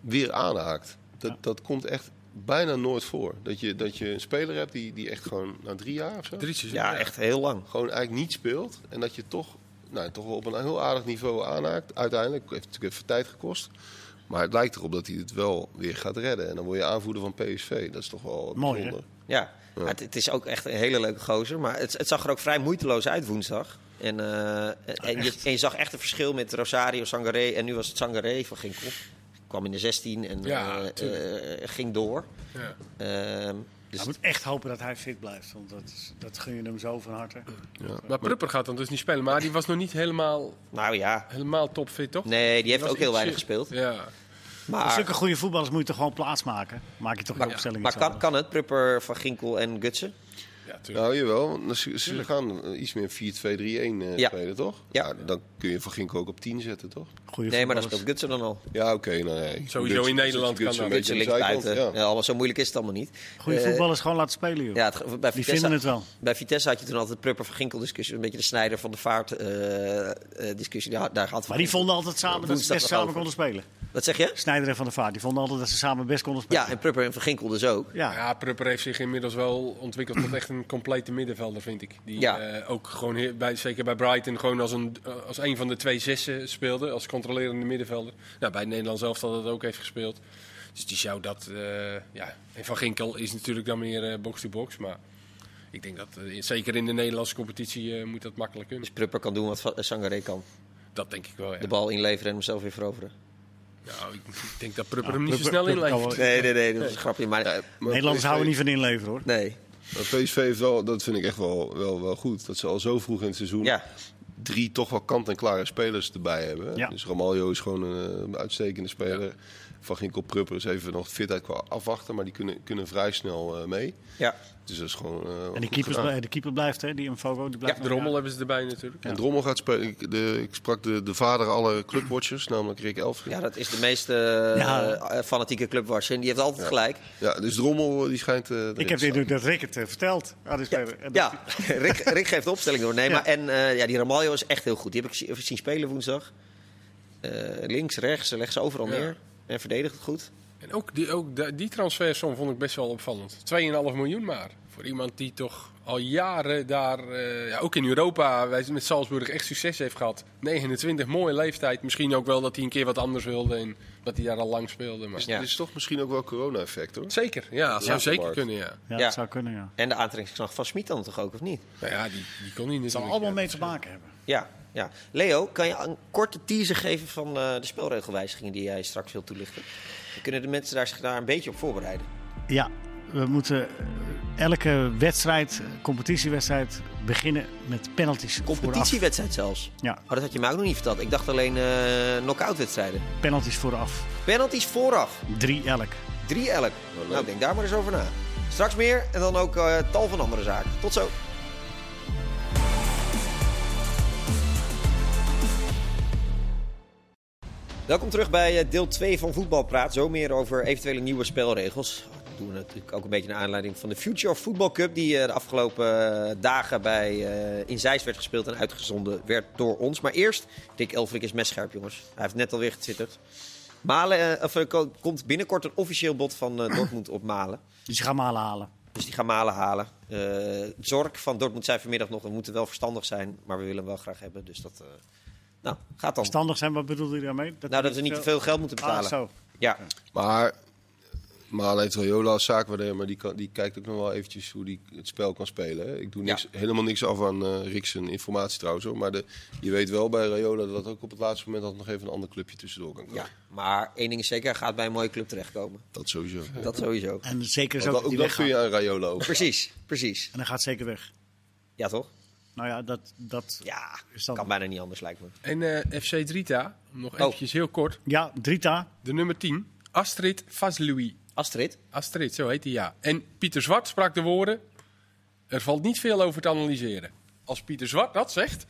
Speaker 3: weer aanhaakt. Dat, dat komt echt bijna nooit voor. Dat je, dat je een speler hebt die, die echt gewoon na drie jaar of zo.
Speaker 4: Drie seizoenen,
Speaker 1: Ja, echt heel lang.
Speaker 3: gewoon eigenlijk niet speelt. En dat je toch, nou, toch wel op een heel aardig niveau aanhaakt. Uiteindelijk heeft het natuurlijk even tijd gekost. Maar het lijkt erop dat hij het wel weer gaat redden. En dan word je aanvoerder van PSV. Dat is toch wel
Speaker 2: Mooi,
Speaker 3: bijzonder.
Speaker 1: Ja, Maar het, het is ook echt een hele leuke gozer. Maar het, het zag er ook vrij moeiteloos uit woensdag. En, eh, en, je, en je zag echt een verschil met Rosario Sangaré. En nu was het Sangaré van Ginkel. Kwam in de 16 en
Speaker 4: Ja,
Speaker 1: eh,
Speaker 4: tuurlijk.
Speaker 1: eh, ging door.
Speaker 4: Ja.
Speaker 1: Ehm, dus
Speaker 2: Je Nou, moet echt hopen dat hij fit blijft, want dat, is- dat gun je hem zo van harte.
Speaker 4: Maar Prupper gaat dan dus niet spelen. Maar die was nog niet helemaal,
Speaker 1: nou ja,
Speaker 4: helemaal topfit, toch?
Speaker 1: nee, die heeft
Speaker 4: was
Speaker 1: ook heel
Speaker 4: iets-
Speaker 1: weinig gespeeld.
Speaker 4: Ja.
Speaker 2: Als
Speaker 1: Maar,
Speaker 2: Zulke goede voetballers moet je toch gewoon plaatsmaken? Maak je toch een opstelling
Speaker 1: Ah. maar
Speaker 2: iets
Speaker 1: kan,
Speaker 2: anders.
Speaker 1: kan het, Prupper, Van Ginkel en Gutsen?
Speaker 4: Ja, tuurlijk.
Speaker 3: Nou, jawel. Ze, ze gaan eh, iets meer 4-2-3-1 eh,
Speaker 1: Ja.
Speaker 3: spelen, toch?
Speaker 1: Ja.
Speaker 3: Nou, dan kun je Van Ginkel ook op 10 zetten, toch?
Speaker 2: Goeie
Speaker 1: Nee, maar dat
Speaker 2: voetballers.
Speaker 1: speelt Gutsen dan al.
Speaker 3: Ja, oké. nou, nee.
Speaker 4: Sowieso in Nederland
Speaker 3: Gutsen
Speaker 4: kan
Speaker 3: een
Speaker 1: Gutsen links
Speaker 3: beetje aan de
Speaker 1: buiten.
Speaker 3: zijkant,
Speaker 1: Ja. allemaal zo moeilijk is het allemaal niet.
Speaker 2: Goeie
Speaker 1: Eh,
Speaker 2: voetballers gewoon laten spelen, joh.
Speaker 1: Ja, het, ge- bij
Speaker 2: Die
Speaker 1: Vitesse,
Speaker 2: vinden het wel.
Speaker 1: Bij Vitesse had je toen altijd de Prupper van Ginkel discussie. Een beetje de Snijder van de Vaart eh, eh, discussie. Daar, daar gaat Van
Speaker 2: Maar die
Speaker 1: Ginkel.
Speaker 2: vonden altijd samen dat ze
Speaker 1: Woensdag nog
Speaker 2: best
Speaker 1: over.
Speaker 2: samen konden spelen.
Speaker 1: Wat zeg je?
Speaker 2: Snijder en Van der Vaart, die vonden altijd dat ze samen best konden spelen.
Speaker 1: Ja, en Prupper en Van Ginkel dus ook.
Speaker 2: Ja.
Speaker 4: Ja, Prupper heeft zich inmiddels wel ontwikkeld tot echt een complete middenvelder, vind ik. Die
Speaker 1: Ja.
Speaker 4: eh, ook gewoon, heel- bij, zeker bij Brighton, gewoon als een, eh, als een van de twee zessen speelde. Als controlerende middenvelder. Nou, bij het Nederlands elftal dat ook heeft gespeeld. Dus die zou dat... eh, ja. En Van Ginkel is natuurlijk dan meer eh, box-to-box, maar... Ik denk dat, eh, zeker in de Nederlandse competitie, eh, moet dat makkelijk kunnen.
Speaker 1: Dus Prupper kan doen wat Va- eh, Sangaré kan.
Speaker 4: Dat denk ik wel, ja.
Speaker 1: De bal inleveren en hem zelf weer veroveren.
Speaker 4: Nou, ik, ik denk dat Prupper
Speaker 2: Ja,
Speaker 4: hem niet
Speaker 2: Prupper-
Speaker 4: zo snel
Speaker 2: Prupper kan
Speaker 4: inlevert.
Speaker 1: Nee, nee, nee. Dat is een grapje. Maar eh,
Speaker 3: Maar
Speaker 2: Nederlanders
Speaker 3: PSV
Speaker 2: houden niet van inleveren, hoor.
Speaker 1: nee.
Speaker 3: Maar PSV heeft wel, dat vind ik echt wel, wel, wel goed. Dat ze al zo vroeg in het seizoen
Speaker 1: Ja.
Speaker 3: drie toch wel kant-en-klare spelers erbij hebben.
Speaker 2: Ja.
Speaker 3: Dus Ramaljo is gewoon een eh, uitstekende speler. Van Ginkel Prupper is even nog fitheid qua afwachten, maar die kunnen, kunnen vrij snel eh, mee.
Speaker 1: Ja.
Speaker 3: Dus dat is gewoon. eh,
Speaker 2: En
Speaker 3: goed
Speaker 2: die, keepers,
Speaker 3: gedaan.
Speaker 2: blij- de keeper blijft, hè, die Mfogo, die blijft
Speaker 4: De rommel hebben ze erbij natuurlijk.
Speaker 3: En Drommel gaat spelen. Ik, de, ik sprak de, de vader aller clubwatchers, namelijk Rick Elfrink.
Speaker 1: ja, dat is de meest eh,
Speaker 2: Ja.
Speaker 1: eh, fanatieke clubwatcher. En die heeft altijd gelijk.
Speaker 3: Ja, dus Drommel eh, die schijnt. eh, erin
Speaker 2: Ik heb
Speaker 3: te
Speaker 2: de
Speaker 3: staan.
Speaker 2: indruk dat Rick het eh, vertelt aan de speler. En dat-
Speaker 1: Ja, Rick, Rick geeft de opstelling door. Nee,
Speaker 2: Ja.
Speaker 1: maar en eh, ja, die Ramaljo is echt heel goed. Die heb ik zi- even zien spelen woensdag. Eh, links, rechts, ze legt ze overal
Speaker 4: Ja.
Speaker 1: neer. En verdedigt het goed.
Speaker 4: En ook die, ook da- die transfersom vond ik best wel opvallend. 2,5 miljoen maar. Voor iemand die toch al jaren daar, eh, ja, ook in Europa, wij- met Salzburg echt succes heeft gehad. 29, mooie leeftijd. Misschien ook wel dat hij een keer wat anders wilde en dat hij daar al lang speelde. Maar...
Speaker 3: Is-
Speaker 1: Ja.
Speaker 3: Dit is toch misschien ook wel corona-effect hoor.
Speaker 4: Zeker, ja, zou
Speaker 3: Ja.
Speaker 4: zeker
Speaker 3: Markt.
Speaker 4: kunnen, ja.
Speaker 1: Ja.
Speaker 2: Ja, dat zou kunnen, ja.
Speaker 1: En de aantrekkingskracht van Smit dan toch ook, of niet?
Speaker 4: Nou ja, die, die kon hij natuurlijk.
Speaker 2: Het zal allemaal mee te maken hebben.
Speaker 1: Ja, ja. Leo, kan je een korte teaser geven van eh, de spelregelwijzigingen die jij straks wilt toelichten? Dan kunnen de mensen daar zich daar een beetje op voorbereiden.
Speaker 2: Ja, we moeten eh, elke wedstrijd, competitiewedstrijd, beginnen met penalties. Vooraf.
Speaker 1: Competitiewedstrijd zelfs.
Speaker 2: Ja,
Speaker 1: Maar dat had je mij ook nog niet verteld. Ik dacht alleen eh knock-out wedstrijden.
Speaker 2: penalties vooraf.
Speaker 1: Penalties vooraf.
Speaker 2: Drie elk.
Speaker 1: Drie elk. nou, denk daar maar eens over na. Straks meer en dan ook eh, tal van andere zaken. Tot zo. Welkom terug bij eh, deel 2 van Voetbalpraat. Zo meer over eventuele nieuwe spelregels. Dat doen we natuurlijk ook een beetje naar aanleiding van de Future of Football Cup... die eh, de afgelopen eh, dagen bij, eh, in Zeist werd gespeeld en uitgezonden werd door ons. Maar eerst, Dick Elfrik is messcherp, jongens. Hij heeft net alweer getwitterd. Malen, eh, of, er ko- komt binnenkort een officieel bod van eh, Dortmund op Malen.
Speaker 2: Dus je gaat hem halen halen.
Speaker 1: Dus die gaan Malen halen. Eh Zorg van Dortmund zei vanmiddag nog, we moeten wel verstandig zijn... maar we willen hem wel graag hebben, dus dat... eh, nou, gaat dan.
Speaker 2: Verstandig zijn, wat bedoelde je daarmee?
Speaker 1: Nou, dat we
Speaker 2: eh,
Speaker 1: niet te veel geld moeten betalen.
Speaker 2: Ah, zo.
Speaker 1: Ja,
Speaker 3: Maar Malen heeft Rayola als zaakwaarder, maar die, kan, die kijkt ook nog wel eventjes hoe die het spel kan spelen. hè. Ik doe niks, helemaal niks af aan eh Riks informatie trouwens. Hoor. Maar de, je weet wel bij Rayola dat ook op het laatste moment dat nog even een ander clubje tussendoor kan komen.
Speaker 1: ja. Maar één ding is zeker, hij gaat bij een mooie club terechtkomen.
Speaker 3: Dat sowieso.
Speaker 1: Dat sowieso.
Speaker 2: En zeker
Speaker 3: Want
Speaker 2: zo
Speaker 3: dat,
Speaker 2: dat
Speaker 3: ook
Speaker 2: die
Speaker 3: dat kun
Speaker 2: weggaat.
Speaker 3: je aan Rayola over.
Speaker 1: Precies, precies.
Speaker 2: En hij gaat zeker weg.
Speaker 1: Ja, toch?
Speaker 2: Nou ja, dat, dat
Speaker 1: Ja,
Speaker 2: is dan...
Speaker 1: kan bijna niet anders, lijkt me.
Speaker 4: En eh, FC Drita, nog eventjes heel kort.
Speaker 2: Ja, Drita.
Speaker 4: De nummer 10, Astrid Vaslui.
Speaker 1: Astrid?
Speaker 4: Astrid, zo heet hij, ja. En Pieter Zwart sprak de woorden... Er valt niet veel over te analyseren. Als Pieter Zwart dat zegt,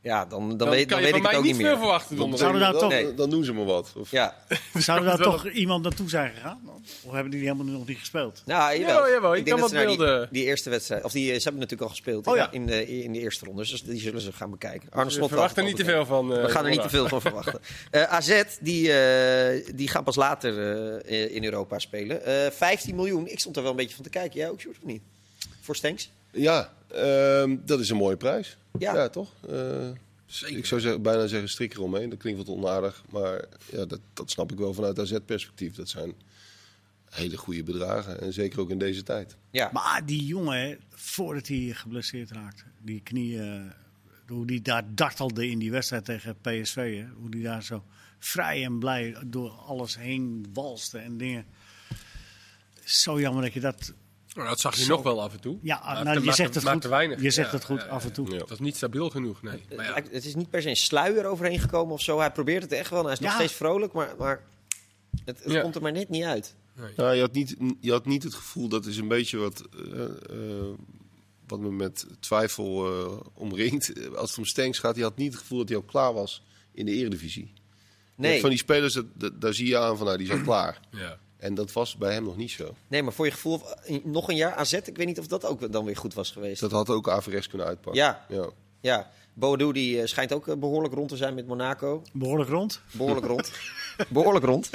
Speaker 1: Ja, dan, dan,
Speaker 4: dan,
Speaker 1: weet, dan
Speaker 4: kan je
Speaker 1: weet ik het
Speaker 4: van mij
Speaker 1: ook
Speaker 4: niet
Speaker 1: niet
Speaker 4: veel
Speaker 1: meer.
Speaker 4: verwachten.
Speaker 3: Dan,
Speaker 4: donderdag.
Speaker 2: Zouden we daar
Speaker 3: dan,
Speaker 1: toch-
Speaker 3: dan- dan doen ze maar wat. Of,
Speaker 1: Ja,
Speaker 2: Zou daar
Speaker 4: het wel
Speaker 2: toch iemand naartoe zijn gegaan? Of hebben die helemaal nog niet gespeeld?
Speaker 1: nou, jawel.
Speaker 4: Jawel, jawel,
Speaker 1: Ik
Speaker 4: ik
Speaker 1: denk
Speaker 4: kan
Speaker 1: dat
Speaker 4: wat
Speaker 1: ze naar die,
Speaker 4: beelden.
Speaker 1: die eerste wedstrijd... Of die, eh, ze hebben natuurlijk al gespeeld
Speaker 2: Oh
Speaker 1: ja,
Speaker 2: ja.
Speaker 1: in, de, in de eerste ronde. Dus die zullen ze gaan bekijken. Arne
Speaker 4: We
Speaker 1: Slot
Speaker 4: verwachten
Speaker 1: had
Speaker 4: niet
Speaker 1: het
Speaker 4: te
Speaker 1: al
Speaker 4: veel van. eh,
Speaker 1: We gaan er niet
Speaker 4: Roda.
Speaker 1: te veel van verwachten. Eh, AZ, die, eh, die gaan pas later eh, in Europa spelen. Eh 15 miljoen, ik stond er wel een beetje van te kijken. Jij ook, Sjoerd, of niet? Voor Stenks?
Speaker 3: ja ehm, dat is een mooie prijs.
Speaker 1: Ja.
Speaker 3: Ja, toch? Eh,
Speaker 4: Zeker.
Speaker 3: Ik zou zeggen, bijna zeggen strik eromheen. Dat klinkt wat onaardig. Maar ja, dat, dat snap ik wel vanuit AZ-perspectief. Dat zijn hele goede bedragen. En zeker ook in deze tijd.
Speaker 1: Ja.
Speaker 2: Maar die jongen, hè, voordat hij geblesseerd raakte, die knie, eh, hoe die daar dartelde in die wedstrijd tegen PSV, hè, hoe die daar zo vrij en blij door alles heen walste en dingen. Zo jammer dat je dat.
Speaker 4: Nou, dat zag je
Speaker 2: Zo.
Speaker 4: nog wel af en toe.
Speaker 2: Ja,
Speaker 4: Maar
Speaker 2: nou,
Speaker 4: te-
Speaker 2: je
Speaker 4: maar te-
Speaker 2: zegt het
Speaker 4: maar
Speaker 2: goed.
Speaker 4: te weinig.
Speaker 2: Je zegt
Speaker 4: Ja,
Speaker 2: het goed
Speaker 4: ja,
Speaker 2: af en toe.
Speaker 3: ja.
Speaker 4: Dat is niet stabiel genoeg, nee. Maar ja,
Speaker 1: Het is niet per se een sluier overheen gekomen of zo. Hij probeert het echt wel. en Hij is nog
Speaker 2: Ja.
Speaker 1: steeds vrolijk, maar, maar het, het
Speaker 4: Ja.
Speaker 1: komt er maar net niet uit.
Speaker 3: Nou, je, had niet, je had niet het gevoel, dat is een beetje wat, eh, eh, wat me met twijfel eh, omringt. Als het om Stenks gaat, die had niet het gevoel dat hij al klaar was in de eredivisie. Je hebt
Speaker 1: Nee,
Speaker 3: Van die spelers, dat, dat- daar zie je aan van nou, die is al klaar.
Speaker 4: Ja.
Speaker 3: En dat was bij hem nog niet zo.
Speaker 1: nee, maar voor je gevoel, eh, nog een jaar AZ, ik weet niet of dat ook dan weer goed was geweest.
Speaker 3: Dus dat had ook averechts kunnen uitpakken.
Speaker 1: Ja.
Speaker 3: ja.
Speaker 1: Ja, Boadu die eh, schijnt ook eh, behoorlijk rond te zijn met Monaco.
Speaker 2: Behoorlijk rond.
Speaker 1: Behoorlijk rond. Behoorlijk rond.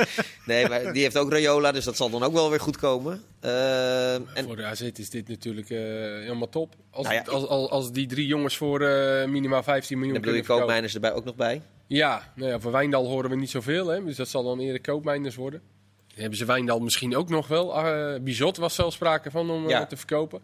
Speaker 1: Nee, maar die heeft ook Rayola, dus dat zal dan ook wel weer goed komen. Eh, en
Speaker 4: Voor de AZ is dit natuurlijk eh, helemaal top. Als,
Speaker 1: Nou ja,
Speaker 4: als, als, als die drie jongens voor eh, minimaal 15 miljoen
Speaker 1: dan bedoel je
Speaker 4: kunnen
Speaker 1: koopmijners
Speaker 4: verkopen.
Speaker 1: erbij ook nog bij.
Speaker 4: Ja, nou ja, van Wijndal horen we niet zoveel. Hè? Dus dat zal dan eerder koopmijners worden. Dan hebben ze Wijndal misschien ook nog wel. Eh, Bizot was zelfs sprake van om eh,
Speaker 1: Ja.
Speaker 4: te verkopen.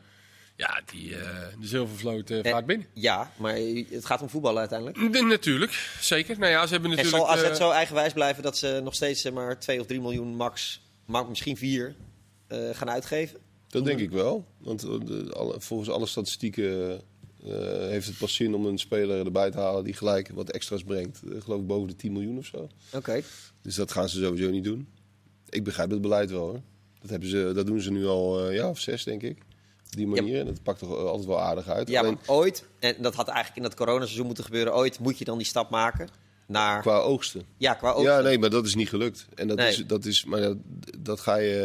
Speaker 4: Ja, die, eh, de zilvervloot eh,
Speaker 1: Nee.
Speaker 4: vaart binnen.
Speaker 1: Ja, maar het gaat om voetballen uiteindelijk.
Speaker 4: De- natuurlijk, zeker. Nou ja, ze hebben
Speaker 1: En
Speaker 4: natuurlijk...
Speaker 1: zal AZ
Speaker 4: eh,
Speaker 1: zo eigenwijs blijven dat ze nog steeds eh, maar 2 of 3 miljoen max, maar misschien 4, gaan uitgeven?
Speaker 3: Dat denk ik wel. Want eh, de- alle- volgens alle statistieken eh, heeft het pas zin om een speler erbij te halen die gelijk wat extra's brengt. Eh, geloof ik boven de 10 miljoen of zo.
Speaker 1: Oké.
Speaker 3: Dus dat gaan ze sowieso niet doen. Ik begrijp het beleid wel hoor. Dat, hebben ze, dat doen ze nu al eh ja, of zes, denk ik. Op die manier. En dat pakt toch eh, altijd wel aardig uit.
Speaker 1: Ja, maar
Speaker 3: Alleen,
Speaker 1: ooit, en dat had eigenlijk in dat coronaseizoen moeten gebeuren, ooit moet je dan die stap maken naar...
Speaker 3: qua oogsten.
Speaker 1: Ja, qua ook.
Speaker 3: Ja, nee, maar dat is niet gelukt. En dat,
Speaker 1: Nee.
Speaker 3: is, dat is, maar dat, dat ga je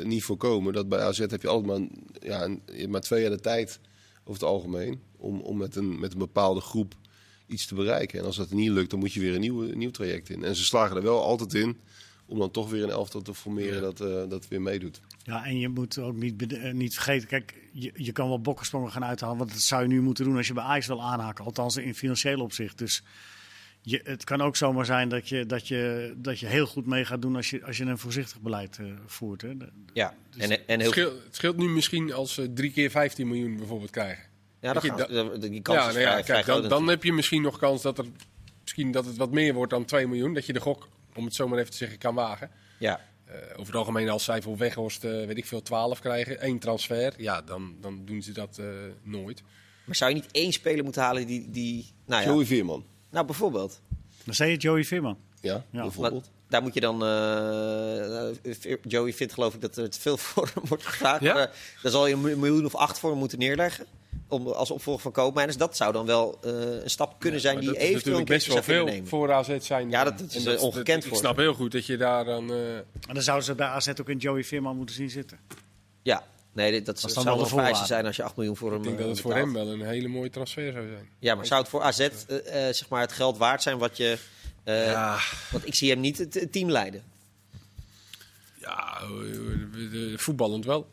Speaker 3: eh, niet voorkomen. Dat bij AZ heb je altijd maar, een- ja, een- je hebt maar twee jaar de tijd over het algemeen om, om met, een, met een bepaalde groep iets te bereiken. En als dat niet lukt, dan moet je weer een nieuw, een nieuw traject in. En ze slagen er wel altijd in om dan toch weer een elftal te formeren dat, eh, dat weer meedoet.
Speaker 2: Ja, en je moet ook niet, bed- eh, niet vergeten, kijk, je, je kan wel bokkensprongen gaan uithalen. Want dat zou je nu moeten doen als je bij Ajax wil aanhaken. Althans in financieel opzicht. Dus je, het kan ook zomaar zijn dat je, dat je, dat je heel goed mee gaat doen als je, als je een voorzichtig beleid eh, voert. Hè.
Speaker 1: Ja, en, en heel
Speaker 4: het, scheelt, het scheelt nu misschien als ze drie keer 15 miljoen bijvoorbeeld krijgen.
Speaker 1: Ja, dan
Speaker 4: Ik-
Speaker 1: gaan,
Speaker 4: dat-
Speaker 1: ze- die kans is
Speaker 4: nou ja,
Speaker 1: vrij, vrij
Speaker 4: kijk,
Speaker 1: groot.
Speaker 4: dan, dan heb je misschien nog kans dat, er, misschien dat het wat meer wordt dan 2 miljoen. Dat je de gok, om het zo maar even te zeggen, kan wagen.
Speaker 1: ja.
Speaker 4: Eh, over het algemeen, als zij voor Weghorst, eh, weet ik veel, 12 krijgen, één transfer, ja, dan, dan doen ze dat eh, nooit.
Speaker 1: Maar zou je niet één speler moeten halen die... die nou, ja.
Speaker 3: Joey Veerman.
Speaker 1: nou, bijvoorbeeld.
Speaker 2: Dan zei je Joey Veerman.
Speaker 3: Ja,
Speaker 2: Ja,
Speaker 1: Maar
Speaker 3: bijvoorbeeld.
Speaker 1: daar moet je dan... eh, eh, Joey vindt geloof ik dat er te veel voor hem wordt gevraagd.
Speaker 4: Ja?
Speaker 1: Maar, eh, daar zal je een miljoen of acht voor hem moeten neerleggen. Om, als opvolger van Koopmeiners. Dus Dat zou dan wel eh, een stap kunnen zijn
Speaker 4: Maar
Speaker 1: die
Speaker 4: dat is
Speaker 1: eventueel een
Speaker 4: natuurlijk
Speaker 1: keertje
Speaker 4: best wel
Speaker 1: zou kunnen
Speaker 4: veel
Speaker 1: nemen.
Speaker 4: voor AZ zijn.
Speaker 1: Ja, dat- dat is,
Speaker 4: En
Speaker 1: eh, ongekend
Speaker 4: ik
Speaker 1: voor
Speaker 4: snap heel goed dat je daar dan... eh,
Speaker 2: En dan zouden ze bij AZ ook een Joey Veerman moeten zien zitten.
Speaker 1: Ja, nee, dit- dat,
Speaker 2: Dat is dan
Speaker 1: zou wel
Speaker 2: wel
Speaker 1: een
Speaker 2: de
Speaker 1: vereiste
Speaker 2: voorwaarde.
Speaker 1: zijn als je 8 miljoen voor hem
Speaker 4: ik denk
Speaker 1: eh,
Speaker 4: dat het voor hem
Speaker 1: betaalt.
Speaker 4: wel een hele mooie transfer zou zijn.
Speaker 1: Ja, maar zou het voor AZ eh, eh, zeg maar het geld waard zijn wat je... eh,
Speaker 4: Ja,
Speaker 1: Want ik zie hem niet het het team leiden.
Speaker 4: ja eh, eh, eh, voetballend wel.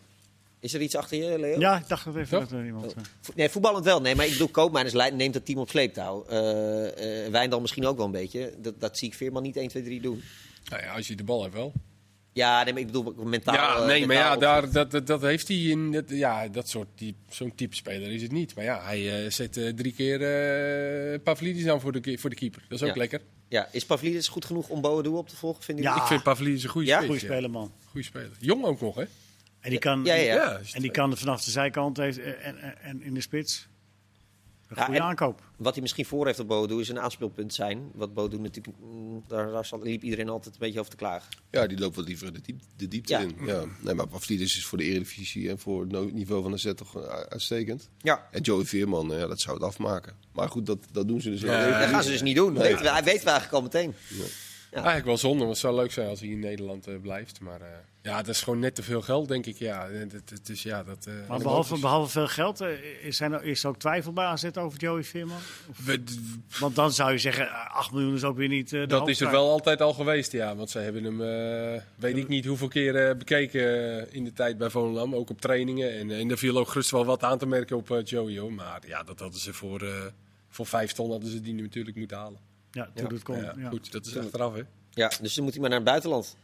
Speaker 1: Is er iets achter je, Leo?
Speaker 2: Ja, ik dacht dat even
Speaker 4: Toch?
Speaker 2: dat er iemand... eh,
Speaker 1: Vo- Nee, voetballend wel. Nee, maar ik bedoel, Koopmeiners leidt- neemt dat team op sleeptouw. Eh, eh, Wijndal misschien ook wel een beetje. Dat, dat zie ik Veerman niet 1, 2, 3 doen.
Speaker 4: Nou ja, als je de bal hebt wel.
Speaker 1: Ja, nee, maar ik bedoel mentaal.
Speaker 4: ja,
Speaker 1: eh,
Speaker 4: nee, maar
Speaker 1: mentaal
Speaker 4: ja,
Speaker 1: op-
Speaker 4: daar, dat, dat, dat heeft hij in. Dat, ja, dat soort type, zo'n type speler is het niet. Maar ja, hij eh, zet eh, drie keer eh Pavlidis aan voor de, ke- voor de keeper. Dat is ook
Speaker 1: Ja.
Speaker 4: lekker.
Speaker 1: Ja, is Pavlidis goed genoeg om Boadu op te volgen? Vind
Speaker 2: Ja.
Speaker 4: Ik vind Pavlidis een goede
Speaker 1: Ah. Ja?
Speaker 4: spits,
Speaker 2: Goeie speler, man.
Speaker 4: ja. Goeie speler. Jong ook nog, hè?
Speaker 2: En die kan,
Speaker 1: Ja, ja, ja.
Speaker 4: is
Speaker 2: En die kan vanaf de zijkant heeft, eh, en, en, en in de spits. Een
Speaker 1: Ja,
Speaker 2: goede
Speaker 1: en-
Speaker 2: aankoop.
Speaker 1: Wat hij misschien voor heeft op Boadu is een aanspeelpunt zijn. Wat Boadu natuurlijk, mm, daar, daar zat- liep iedereen altijd een beetje over te klagen.
Speaker 3: Ja, die loopt wat liever de, diep- de diepte
Speaker 1: Ja. Mm-hmm.
Speaker 3: in. Ja. Nee, maar Pavlidis is voor de Eredivisie en voor het no- niveau van de zet toch eh, uitstekend.
Speaker 1: Ja.
Speaker 3: En Joey Veerman, eh, ja, dat zou het afmaken. Maar goed, dat, dat doen ze dus
Speaker 4: Ja.
Speaker 3: wel.
Speaker 1: Dat gaan ze dus niet doen. Dat weten we, hij weten we eigenlijk al meteen.
Speaker 4: Eigenlijk wel zonde, want het zou leuk zijn als hij in Nederland eh, blijft. Maar eh, ja, dat is gewoon net te veel geld, denk ik. Ja, het, het, het is ja, dat. eh,
Speaker 2: Maar
Speaker 4: dat
Speaker 2: behalve,
Speaker 4: is-
Speaker 2: behalve veel geld, eh, is, zijn er, is er ook twijfel bij AZ over Joey Veerman?
Speaker 4: We- d-
Speaker 2: Want dan zou je zeggen, eh, 8 miljoen is ook weer niet eh, de
Speaker 4: dat is er
Speaker 2: hoofdprijs.
Speaker 4: wel altijd al geweest, ja. Want zij hebben hem, eh, weet ik niet hoeveel keer eh, bekeken eh, in de tijd bij Volendam. Ook op trainingen. En, eh, en er viel ook gerust wel wat aan te merken op eh, Joey. Hoor. Maar ja, dat hadden ze voor, eh, voor vijf ton hadden ze die natuurlijk moeten halen.
Speaker 2: Ja, toen het kon.
Speaker 4: ja,
Speaker 2: ja.
Speaker 4: Goed, dat is achteraf, hè.
Speaker 1: Ja, dus dan moet hij maar naar het buitenland.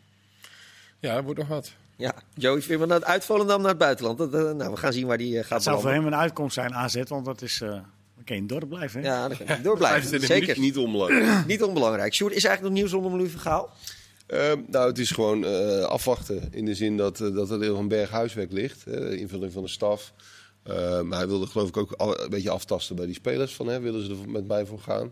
Speaker 4: Ja, er wordt nog wat.
Speaker 1: Ja, Joey Veerman naar het uitvallendam naar het buitenland. Dat, eh, nou, we gaan zien waar die eh, gaat
Speaker 2: Het zou voor
Speaker 1: belanden.
Speaker 2: hem een uitkomst zijn, AZ, want dat is... eh dan kan je in het dorp blijven, hè?
Speaker 1: Ja, dan kan hij door blijven.
Speaker 4: Blijft in de
Speaker 1: Zeker.
Speaker 3: Niet onbelangrijk.
Speaker 1: Niet onbelangrijk. Sjoerd, is er eigenlijk nog nieuws rondom Louis Vergaal?
Speaker 3: Ehm, nou, het is gewoon eh, afwachten. In de zin dat, eh, dat er heel een berg huiswerk ligt. hè, de invulling van de staf. Eh, maar hij wilde geloof ik ook al- een beetje aftasten bij die spelers. Van, hè, willen ze er met mij voor gaan?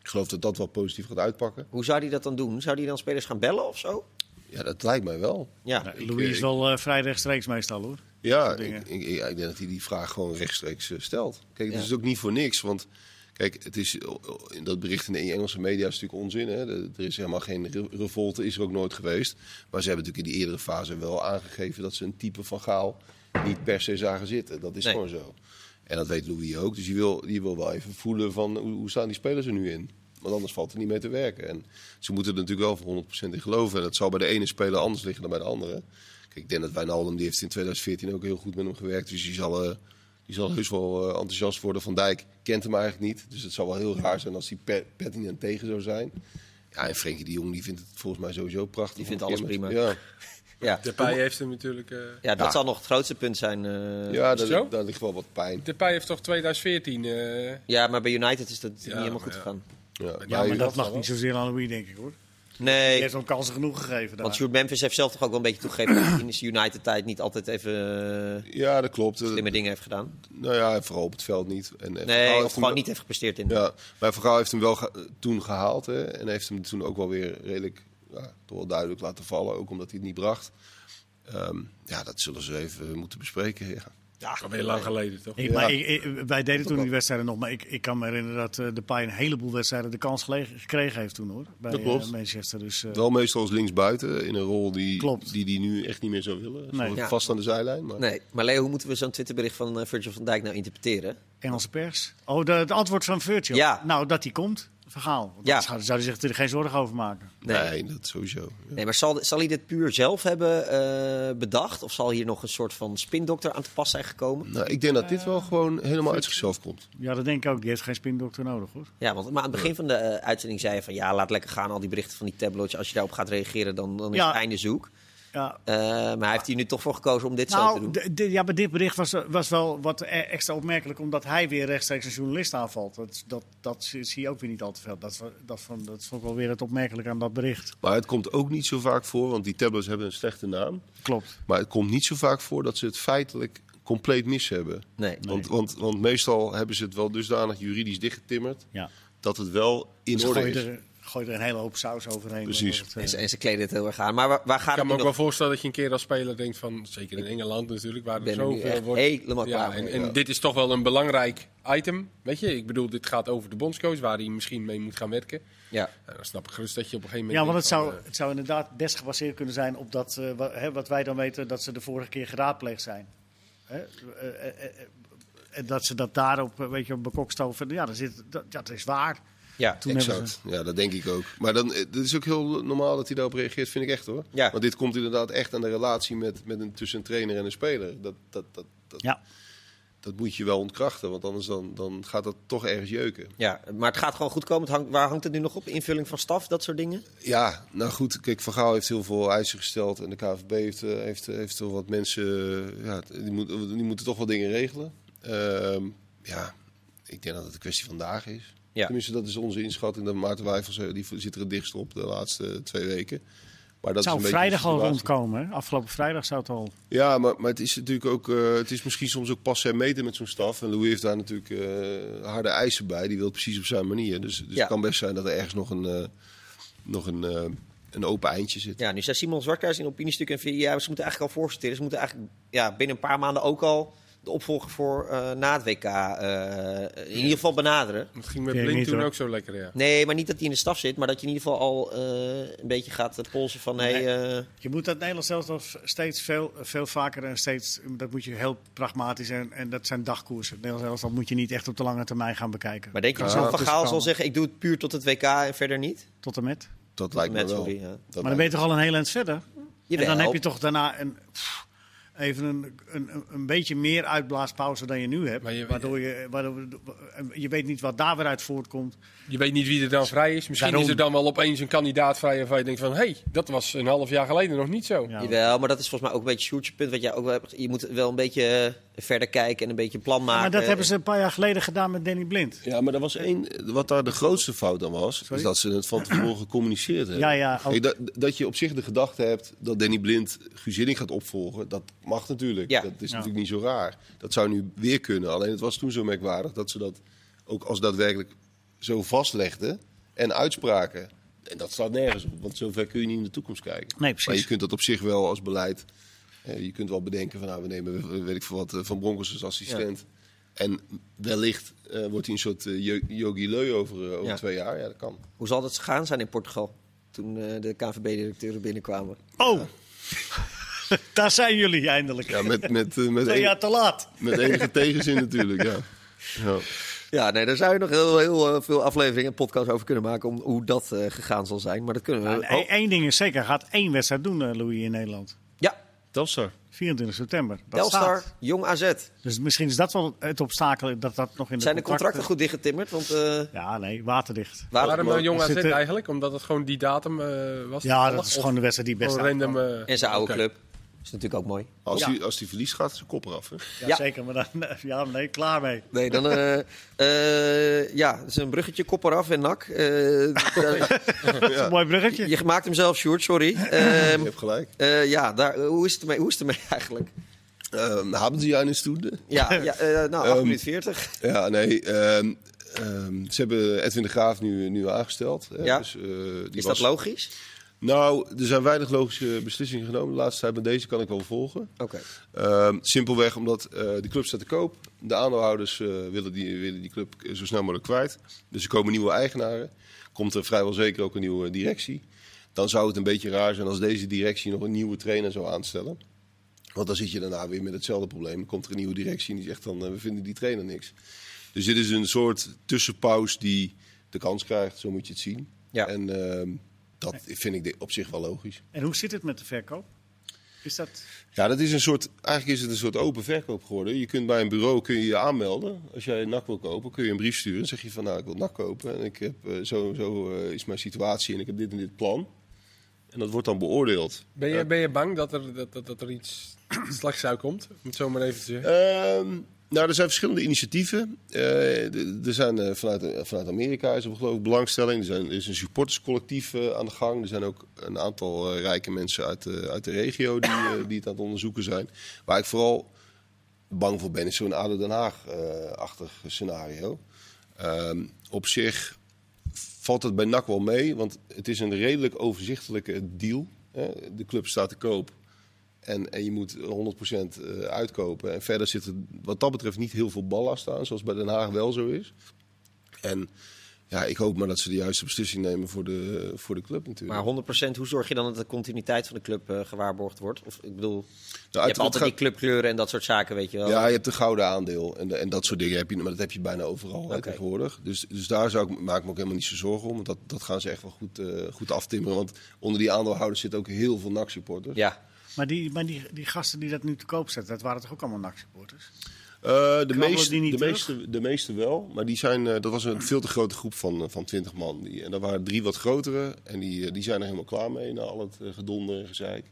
Speaker 3: Ik geloof dat dat wel positief gaat uitpakken.
Speaker 1: Hoe zou hij dat dan doen? Zou hij dan spelers gaan bellen of zo?
Speaker 3: Ja, dat lijkt mij wel.
Speaker 1: Ja,
Speaker 2: Louis is wel eh, vrij rechtstreeks meestal, hoor.
Speaker 3: Ja,
Speaker 2: soort
Speaker 3: ik,
Speaker 2: dingen.
Speaker 3: ik, ik, ja, ik denk dat hij die vraag gewoon rechtstreeks eh, stelt. Kijk,
Speaker 1: Ja.
Speaker 3: het is ook niet voor niks, want kijk, het is, oh, oh, in dat bericht in de Engelse media is natuurlijk onzin. Hè? De- Er is helemaal geen re- revolte, is er ook nooit geweest. Maar ze hebben natuurlijk in die eerdere fase wel aangegeven dat ze een type van Gaal niet per se zagen zitten. Dat is
Speaker 1: Nee.
Speaker 3: gewoon zo. En dat weet Louis ook, dus die wil, die wil wel even voelen van hoe, hoe staan die spelers er nu in. Want anders valt er niet mee te werken. En ze moeten er natuurlijk wel voor 100% in geloven. En dat zal bij de ene speler anders liggen dan bij de andere. Kijk, ik denk dat Wijnaldum, die heeft in 2014 ook heel goed met hem gewerkt. Dus die zal, eh, die zal heus wel eh, enthousiast worden. Van Dijk kent hem eigenlijk niet. Dus het zou wel heel raar zijn als hij per- pertinent tegen zou zijn. Ja, en Frenkie de Jong, die vindt het volgens mij sowieso prachtig.
Speaker 1: Die vindt
Speaker 3: om een
Speaker 1: alles
Speaker 3: keer met-
Speaker 1: prima.
Speaker 3: Ja,
Speaker 1: Ja,
Speaker 4: Depay heeft hem natuurlijk... eh
Speaker 1: ja dat
Speaker 3: Ja.
Speaker 1: zal nog het grootste punt zijn. eh. ja.
Speaker 3: ja
Speaker 4: Is het
Speaker 3: daar,
Speaker 4: zo?
Speaker 3: daar ligt wel wat pijn.
Speaker 4: Depay heeft toch 2014... eh,
Speaker 1: maar bij United is dat niet helemaal
Speaker 4: maar
Speaker 1: goed
Speaker 4: ja.
Speaker 1: gegaan.
Speaker 3: Ja, maar
Speaker 2: Ja, maar dat
Speaker 4: wel,
Speaker 2: lag
Speaker 4: hoor.
Speaker 2: niet zozeer aan Louis, denk ik hoor. Die
Speaker 1: Nee,
Speaker 2: heeft hem kansen genoeg gegeven daar.
Speaker 1: want Sjoerd Memphis heeft zelf toch ook wel een beetje toegegeven... dat hij in zijn United-tijd niet altijd even eh,
Speaker 3: ja, dat klopt. Eh,
Speaker 1: slimme dingen heeft gedaan.
Speaker 3: Nou ja, vooral op het veld niet. En, en Vergaal
Speaker 1: Nee,
Speaker 3: heeft
Speaker 1: of
Speaker 3: hem
Speaker 1: gewoon
Speaker 3: wel-
Speaker 1: niet heeft gepresteerd in.
Speaker 3: Ja, maar Vergaal heeft hem wel ge- toen gehaald. Hè, en heeft hem toen ook wel weer redelijk ja, toch wel duidelijk laten vallen. Ook omdat hij het niet bracht. Ehm, ja, dat zullen ze even moeten bespreken. Ja.
Speaker 4: Alweer lang geleden, toch?
Speaker 2: Ik-
Speaker 3: Ja.
Speaker 2: maar ik- ik- wij deden toen die wedstrijden nog, maar ik, ik kan me herinneren dat eh, Depay een heleboel wedstrijden de kans gele- gekregen heeft toen hoor. Bij
Speaker 3: Dat klopt.
Speaker 2: eh, Manchester. Dus, eh,
Speaker 3: Wel meestal als linksbuiten. In een rol die
Speaker 2: Klopt.
Speaker 3: die, die nu echt niet meer zou willen.
Speaker 2: Nee.
Speaker 3: Zo
Speaker 1: Ja.
Speaker 3: Vast aan de zijlijn. Maar...
Speaker 1: Nee, maar Leo, hoe moeten we zo'n Twitterbericht van eh, Virgil van Dijk nou interpreteren?
Speaker 2: Engelse pers. Oh, de, het antwoord van Virgil.
Speaker 1: Ja.
Speaker 2: Nou, dat die komt. Verhaal. Want
Speaker 1: Ja.
Speaker 2: Daar zou, zou hij zich er geen zorgen over maken.
Speaker 1: Nee.
Speaker 3: Nee. dat sowieso. Ja.
Speaker 1: Nee, maar zal, zal hij dit puur zelf hebben eh, bedacht? Of zal hier nog een soort van spindokter aan te pas zijn gekomen?
Speaker 3: Nou, ik denk dat dit wel gewoon helemaal uit zichzelf komt.
Speaker 2: Ja, dat denk ik ook. Die heeft geen spindokter nodig hoor.
Speaker 1: Ja, want maar aan het begin van de eh, uitzending zei je van... ja, laat lekker gaan al die berichten van die tabloids. Als je daarop gaat reageren, dan, dan is
Speaker 2: Ja.
Speaker 1: het einde zoek.
Speaker 2: Ja.
Speaker 1: Eh, maar hij heeft hier nu toch voor gekozen om dit zo te
Speaker 2: Nou,
Speaker 1: doen.
Speaker 2: d- d- ja, bij dit bericht was, was wel wat e- extra opmerkelijk, omdat hij weer rechtstreeks een journalist aanvalt. Dat, dat, dat zie zie je ook weer niet al te veel. Dat, is wel- dat, vond, dat vond ik wel weer het opmerkelijk aan dat bericht.
Speaker 3: Maar het komt ook niet zo vaak voor. Want die tablets hebben een slechte naam.
Speaker 2: Klopt.
Speaker 3: Maar het komt niet zo vaak voor dat ze het feitelijk compleet mis hebben.
Speaker 1: Nee.
Speaker 3: Want, want, want meestal hebben ze het wel dusdanig juridisch dichtgetimmerd
Speaker 2: Ja.
Speaker 3: dat het wel in
Speaker 2: Ze
Speaker 3: orde
Speaker 2: gooi
Speaker 3: is.
Speaker 2: je, er, gooi je er een hele hoop saus overheen.
Speaker 3: Precies.
Speaker 2: Dat, eh,
Speaker 1: En ze, en ze kleden het heel erg aan. Maar waar, waar gaat
Speaker 4: Ik
Speaker 1: het
Speaker 4: kan
Speaker 1: nu
Speaker 4: me ook wel
Speaker 1: nog?
Speaker 4: voorstellen dat je een keer als speler denkt van, zeker in Engeland natuurlijk, waar er
Speaker 1: ben er nu
Speaker 4: zoveel
Speaker 1: echt
Speaker 4: wordt.
Speaker 1: helemaal klaar
Speaker 4: en,
Speaker 1: mee,
Speaker 4: en
Speaker 1: ja.
Speaker 4: dit is toch wel een belangrijk item, weet je. Ik bedoel, dit gaat over de bondscoach, waar hij misschien mee moet gaan werken.
Speaker 1: Ja.
Speaker 4: Nou, dan snap ik gerust dat je op een gegeven moment...
Speaker 2: Ja, want het
Speaker 4: denkt
Speaker 2: zou,
Speaker 4: van, eh,
Speaker 2: het zou inderdaad best gebaseerd kunnen zijn op dat, eh, wa- hè, wat wij dan weten, dat ze de vorige keer geraadpleegd zijn. Hè? Eh, eh, eh, eh, En dat ze dat daarop, eh, weet je, bekokstoven. Ja, dan zit, dat, ja, dat is waar.
Speaker 1: Ja.
Speaker 2: Toen hebben ze-
Speaker 3: Exact. Ja, dat denk ik ook. Maar dan, eh, het is ook heel normaal dat hij daarop reageert, vind ik echt hoor.
Speaker 1: Ja.
Speaker 3: Want dit komt inderdaad echt aan de relatie met, met een, tussen een trainer en een speler. Dat, dat, dat, dat,
Speaker 2: Ja.
Speaker 3: dat moet je wel ontkrachten, want anders dan, dan gaat dat toch ergens jeuken.
Speaker 1: ja, maar het gaat gewoon goed komen. Het hangt, waar hangt het nu nog op? Invulling van staf, dat soort dingen?
Speaker 3: Ja, nou goed, kijk, Van Gaal heeft heel veel eisen gesteld en de KVB heeft, eh, heeft, heeft toch wat mensen, eh, ja, die, moet, die moeten toch wel dingen regelen. Ehm, ja, ik denk dat het een kwestie van dagen is.
Speaker 1: Ja.
Speaker 3: Tenminste, dat is onze inschatting. Dat Maarten Wijfels, eh, die zit er het dichtst op de laatste twee weken. Maar dat
Speaker 2: Het zou
Speaker 3: is een beetje
Speaker 2: vrijdag
Speaker 3: de
Speaker 2: al
Speaker 3: situatie.
Speaker 2: rondkomen. hè? Afgelopen vrijdag zou het al.
Speaker 3: Ja, maar, maar het is natuurlijk ook, eh, het is misschien soms ook passen en meten met zo'n staf. En Louis heeft daar natuurlijk eh, harde eisen bij. Die wil het precies op zijn manier. Dus, dus
Speaker 1: Ja.
Speaker 3: het kan best zijn dat er ergens nog een, eh, nog een, eh, een open eindje zit.
Speaker 1: Ja, nu zei Simon Zwartkruis in opiniestuk en via, ja, ze moeten eigenlijk al voorsorteren. Ze moeten eigenlijk ja, binnen een paar maanden ook al de opvolger voor eh, na het WK eh, in ieder geval benaderen.
Speaker 4: Het ging eh, met
Speaker 2: Denk
Speaker 4: Blind
Speaker 2: niet,
Speaker 4: toen
Speaker 2: hoor.
Speaker 4: ook zo lekker, ja.
Speaker 1: Nee, maar niet dat hij in de staf zit, maar dat je in ieder geval al eh, een beetje gaat eh, polsen van hé,
Speaker 2: Nee.
Speaker 1: hey, eh,
Speaker 2: Je moet dat Nederlands zelf steeds veel, eh, veel vaker en steeds. Dat moet je heel pragmatisch en, en dat zijn dagkoersen. Het Nederlands zelf moet je niet echt op de lange termijn gaan bekijken.
Speaker 1: maar denk je dat
Speaker 2: Ja.
Speaker 1: zo'n Van Gaal zal
Speaker 2: Tussenkomen.
Speaker 1: zeggen, ik doe het puur tot het WK en verder niet?
Speaker 2: Tot en met.
Speaker 3: Dat lijkt me
Speaker 1: Met,
Speaker 3: wel.
Speaker 1: sorry, ja. Maar
Speaker 3: Dat
Speaker 2: Maar dan ben je
Speaker 3: lijkt-
Speaker 2: toch al een heel eind verder?
Speaker 1: Jawel.
Speaker 2: En dan heb je toch daarna een, pff, even een, een, een beetje meer uitblaaspauze dan je nu hebt.
Speaker 4: Maar je-
Speaker 2: waardoor je, waardoor, je weet niet wat daar weer uit voortkomt.
Speaker 4: Je weet niet wie er dan vrij is. Misschien
Speaker 2: Daarom.
Speaker 4: is er dan wel opeens een kandidaat vrij waarvan je denkt van... hé, hey, dat was een half jaar geleden nog niet zo.
Speaker 2: Ja.
Speaker 1: Jawel, maar dat is volgens mij ook een beetje Sjoerdje punt. Wat jij ook wel hebt. Je moet wel een beetje eh, verder kijken en een beetje een plan maken.
Speaker 2: Maar dat hebben ze een paar jaar geleden gedaan met Danny Blind.
Speaker 3: Ja, maar dat was één. Wat daar de grootste fout aan was,
Speaker 2: Sorry?
Speaker 3: is dat ze het van tevoren gecommuniceerd hebben.
Speaker 2: Ja, ja, ook.
Speaker 3: Kijk, dat, dat je op zich de gedachte hebt dat Danny Blind Guus Hiddink gaat opvolgen, dat mag natuurlijk.
Speaker 1: Ja.
Speaker 3: Dat is
Speaker 2: Ja.
Speaker 3: natuurlijk niet zo raar. Dat zou nu weer kunnen. Alleen het was toen zo merkwaardig dat ze dat ook als daadwerkelijk zo vastlegden en uitspraken. En dat staat nergens op, want zover kun je niet in de toekomst kijken.
Speaker 2: Nee, precies.
Speaker 3: Maar je kunt dat op zich wel als beleid Eh, je kunt wel bedenken van nou, we nemen weet ik veel wat eh, van Broncos als assistent. En wellicht eh, wordt hij een soort eh, Yo- Yogi Leu over, eh, over
Speaker 1: Ja.
Speaker 3: twee jaar. Ja, dat kan.
Speaker 1: Hoe zal dat gaan zijn in Portugal? Toen eh, de KVB-directeuren binnenkwamen.
Speaker 2: Oh, daar zijn jullie eindelijk.
Speaker 3: Ja, met, met, eh, met,
Speaker 2: Twee
Speaker 3: en-
Speaker 2: jaar te laat.
Speaker 3: met enige tegenzin natuurlijk. Ja. Ja.
Speaker 1: Ja, nee, daar zou je nog heel, heel eh, veel afleveringen en podcasts over kunnen maken. om hoe dat eh, gegaan zal zijn. Maar dat kunnen we.
Speaker 2: Eén
Speaker 1: oh,
Speaker 2: ding is zeker, hij gaat één wedstrijd doen, eh, Louis, in Nederland.
Speaker 1: ja,
Speaker 5: Telstar.
Speaker 2: 24 september. Dat
Speaker 1: Telstar,
Speaker 2: staat.
Speaker 1: jong AZ.
Speaker 2: Dus misschien is dat wel het obstakel dat dat nog in de
Speaker 1: Zijn de contracten goed dichtgetimmerd? Want eh
Speaker 2: Ja, nee, waterdicht.
Speaker 1: waarom-
Speaker 4: Waarom een jong
Speaker 2: Is
Speaker 4: AZ
Speaker 2: het, eh,
Speaker 4: eigenlijk? Omdat het gewoon die datum eh, was?
Speaker 2: Ja, dat is
Speaker 4: Of
Speaker 2: gewoon de wedstrijd die best
Speaker 4: gewoon
Speaker 2: uitkwam.
Speaker 4: random. eh,
Speaker 1: En zijn oude
Speaker 4: oké.
Speaker 1: club. Is natuurlijk ook mooi.
Speaker 3: Als,
Speaker 1: Ja.
Speaker 3: Hij, als hij verliest, gaat zijn kop eraf. Hè?
Speaker 2: Ja,
Speaker 1: Ja.
Speaker 2: zeker. Maar dan, ja, nee, klaar mee.
Speaker 1: Nee, dan. eh, eh, ja, het is een bruggetje, kop eraf en nak. Eh, daar-
Speaker 3: Ja.
Speaker 2: Mooi bruggetje.
Speaker 1: je maakt hem zelf, Sjoerd, sorry. Ehm,
Speaker 3: Je hebt gelijk.
Speaker 1: eh, ja, daar, hoe, is het ermee, hoe is het ermee eigenlijk?
Speaker 3: Uh, haben Sie eine Stunde?
Speaker 1: Ja, ja eh, nou, 8
Speaker 3: Ehm,
Speaker 1: minuten 40.
Speaker 3: Ja, nee. ehm, ehm, ze hebben Edwin de Graaf nu, nu aangesteld. Hè?
Speaker 1: Ja.
Speaker 3: Dus, eh, die
Speaker 1: Is dat
Speaker 3: was-
Speaker 1: logisch?
Speaker 3: Nou, er zijn weinig logische beslissingen genomen. De laatste tijd met deze kan ik wel volgen.
Speaker 1: Oké.
Speaker 3: Ehm, simpelweg omdat eh, de club staat te koop. De aandeelhouders eh, willen, die, willen die club zo snel mogelijk kwijt. Dus er komen nieuwe eigenaren. Komt er vrijwel zeker ook een nieuwe directie. Dan zou het een beetje raar zijn als deze directie nog een nieuwe trainer zou aanstellen. Want dan zit je daarna weer met hetzelfde probleem. Dan komt er een nieuwe directie en die zegt dan, eh, we vinden die trainer niks. Dus dit is een soort tussenpaus die de kans krijgt, zo moet je het zien.
Speaker 1: Ja.
Speaker 3: En ehm, dat vind ik op zich wel logisch.
Speaker 2: En hoe zit het met de verkoop? Is dat...
Speaker 3: Ja, dat is een soort, eigenlijk is het een soort open verkoop geworden. Je kunt bij een bureau kun je, je aanmelden. Als jij een NAC wil kopen, kun je een brief sturen. Dan zeg je van, nou, ik wil NAC kopen. En ik heb, eh, zo, zo eh, is mijn situatie en ik heb dit en dit plan. En dat wordt dan beoordeeld.
Speaker 4: Ben je, ben je bang dat er, dat, dat, dat er iets slechts zou komt? Om het zo maar even te zeggen.
Speaker 3: Ehm, nou, er zijn verschillende initiatieven. Eh, d- er zijn eh, vanuit, eh, vanuit Amerika is er geloof ik belangstelling. Er, zijn, er is een supporterscollectief eh, aan de gang. Er zijn ook een aantal eh, rijke mensen uit, de- uit de regio die, eh, die het aan het onderzoeken zijn. Waar ik vooral bang voor ben, is zo'n ADO Den Haag-achtig scenario. Ehm, op zich valt het bij NAC wel mee, want het is een redelijk overzichtelijke deal. hè. De club staat te koop en, en je moet 100% uitkopen. En verder zit er wat dat betreft niet heel veel ballast aan, zoals bij Den Haag wel zo is. En ja, ik hoop maar dat ze de juiste beslissing nemen voor de, voor de club natuurlijk.
Speaker 1: Maar 100%, hoe zorg je dan dat de continuïteit van de club eh, gewaarborgd wordt? Of ik bedoel, je
Speaker 3: uiteraard
Speaker 1: hebt altijd
Speaker 3: Nou, gaat-
Speaker 1: die clubkleuren en dat soort zaken, weet je wel.
Speaker 3: Ja, je hebt een gouden aandeel en, de- en dat soort dingen heb je, maar dat heb je bijna overal hè,
Speaker 1: Oké.
Speaker 3: tegenwoordig. Dus, dus daar zou ik, maak ik me ook helemaal niet zo zorgen om, want dat, dat gaan ze echt wel goed, eh, goed aftimmeren. Want onder die aandeelhouders zitten ook heel veel NAC-supporters.
Speaker 1: Ja.
Speaker 2: Maar, die, maar die, die gasten die dat nu te koop zetten, dat waren toch ook allemaal NAC-supporters?
Speaker 3: Eh, de,
Speaker 2: Krabbelen
Speaker 3: meeste,
Speaker 2: die niet
Speaker 3: de,
Speaker 2: terug?
Speaker 3: meeste, de meeste wel, maar die zijn, eh, dat was een veel te grote groep van, eh, van 20 man. Die, en daar waren drie wat grotere en die, eh, die zijn er helemaal klaar mee na al het eh, gedonder en gezeik.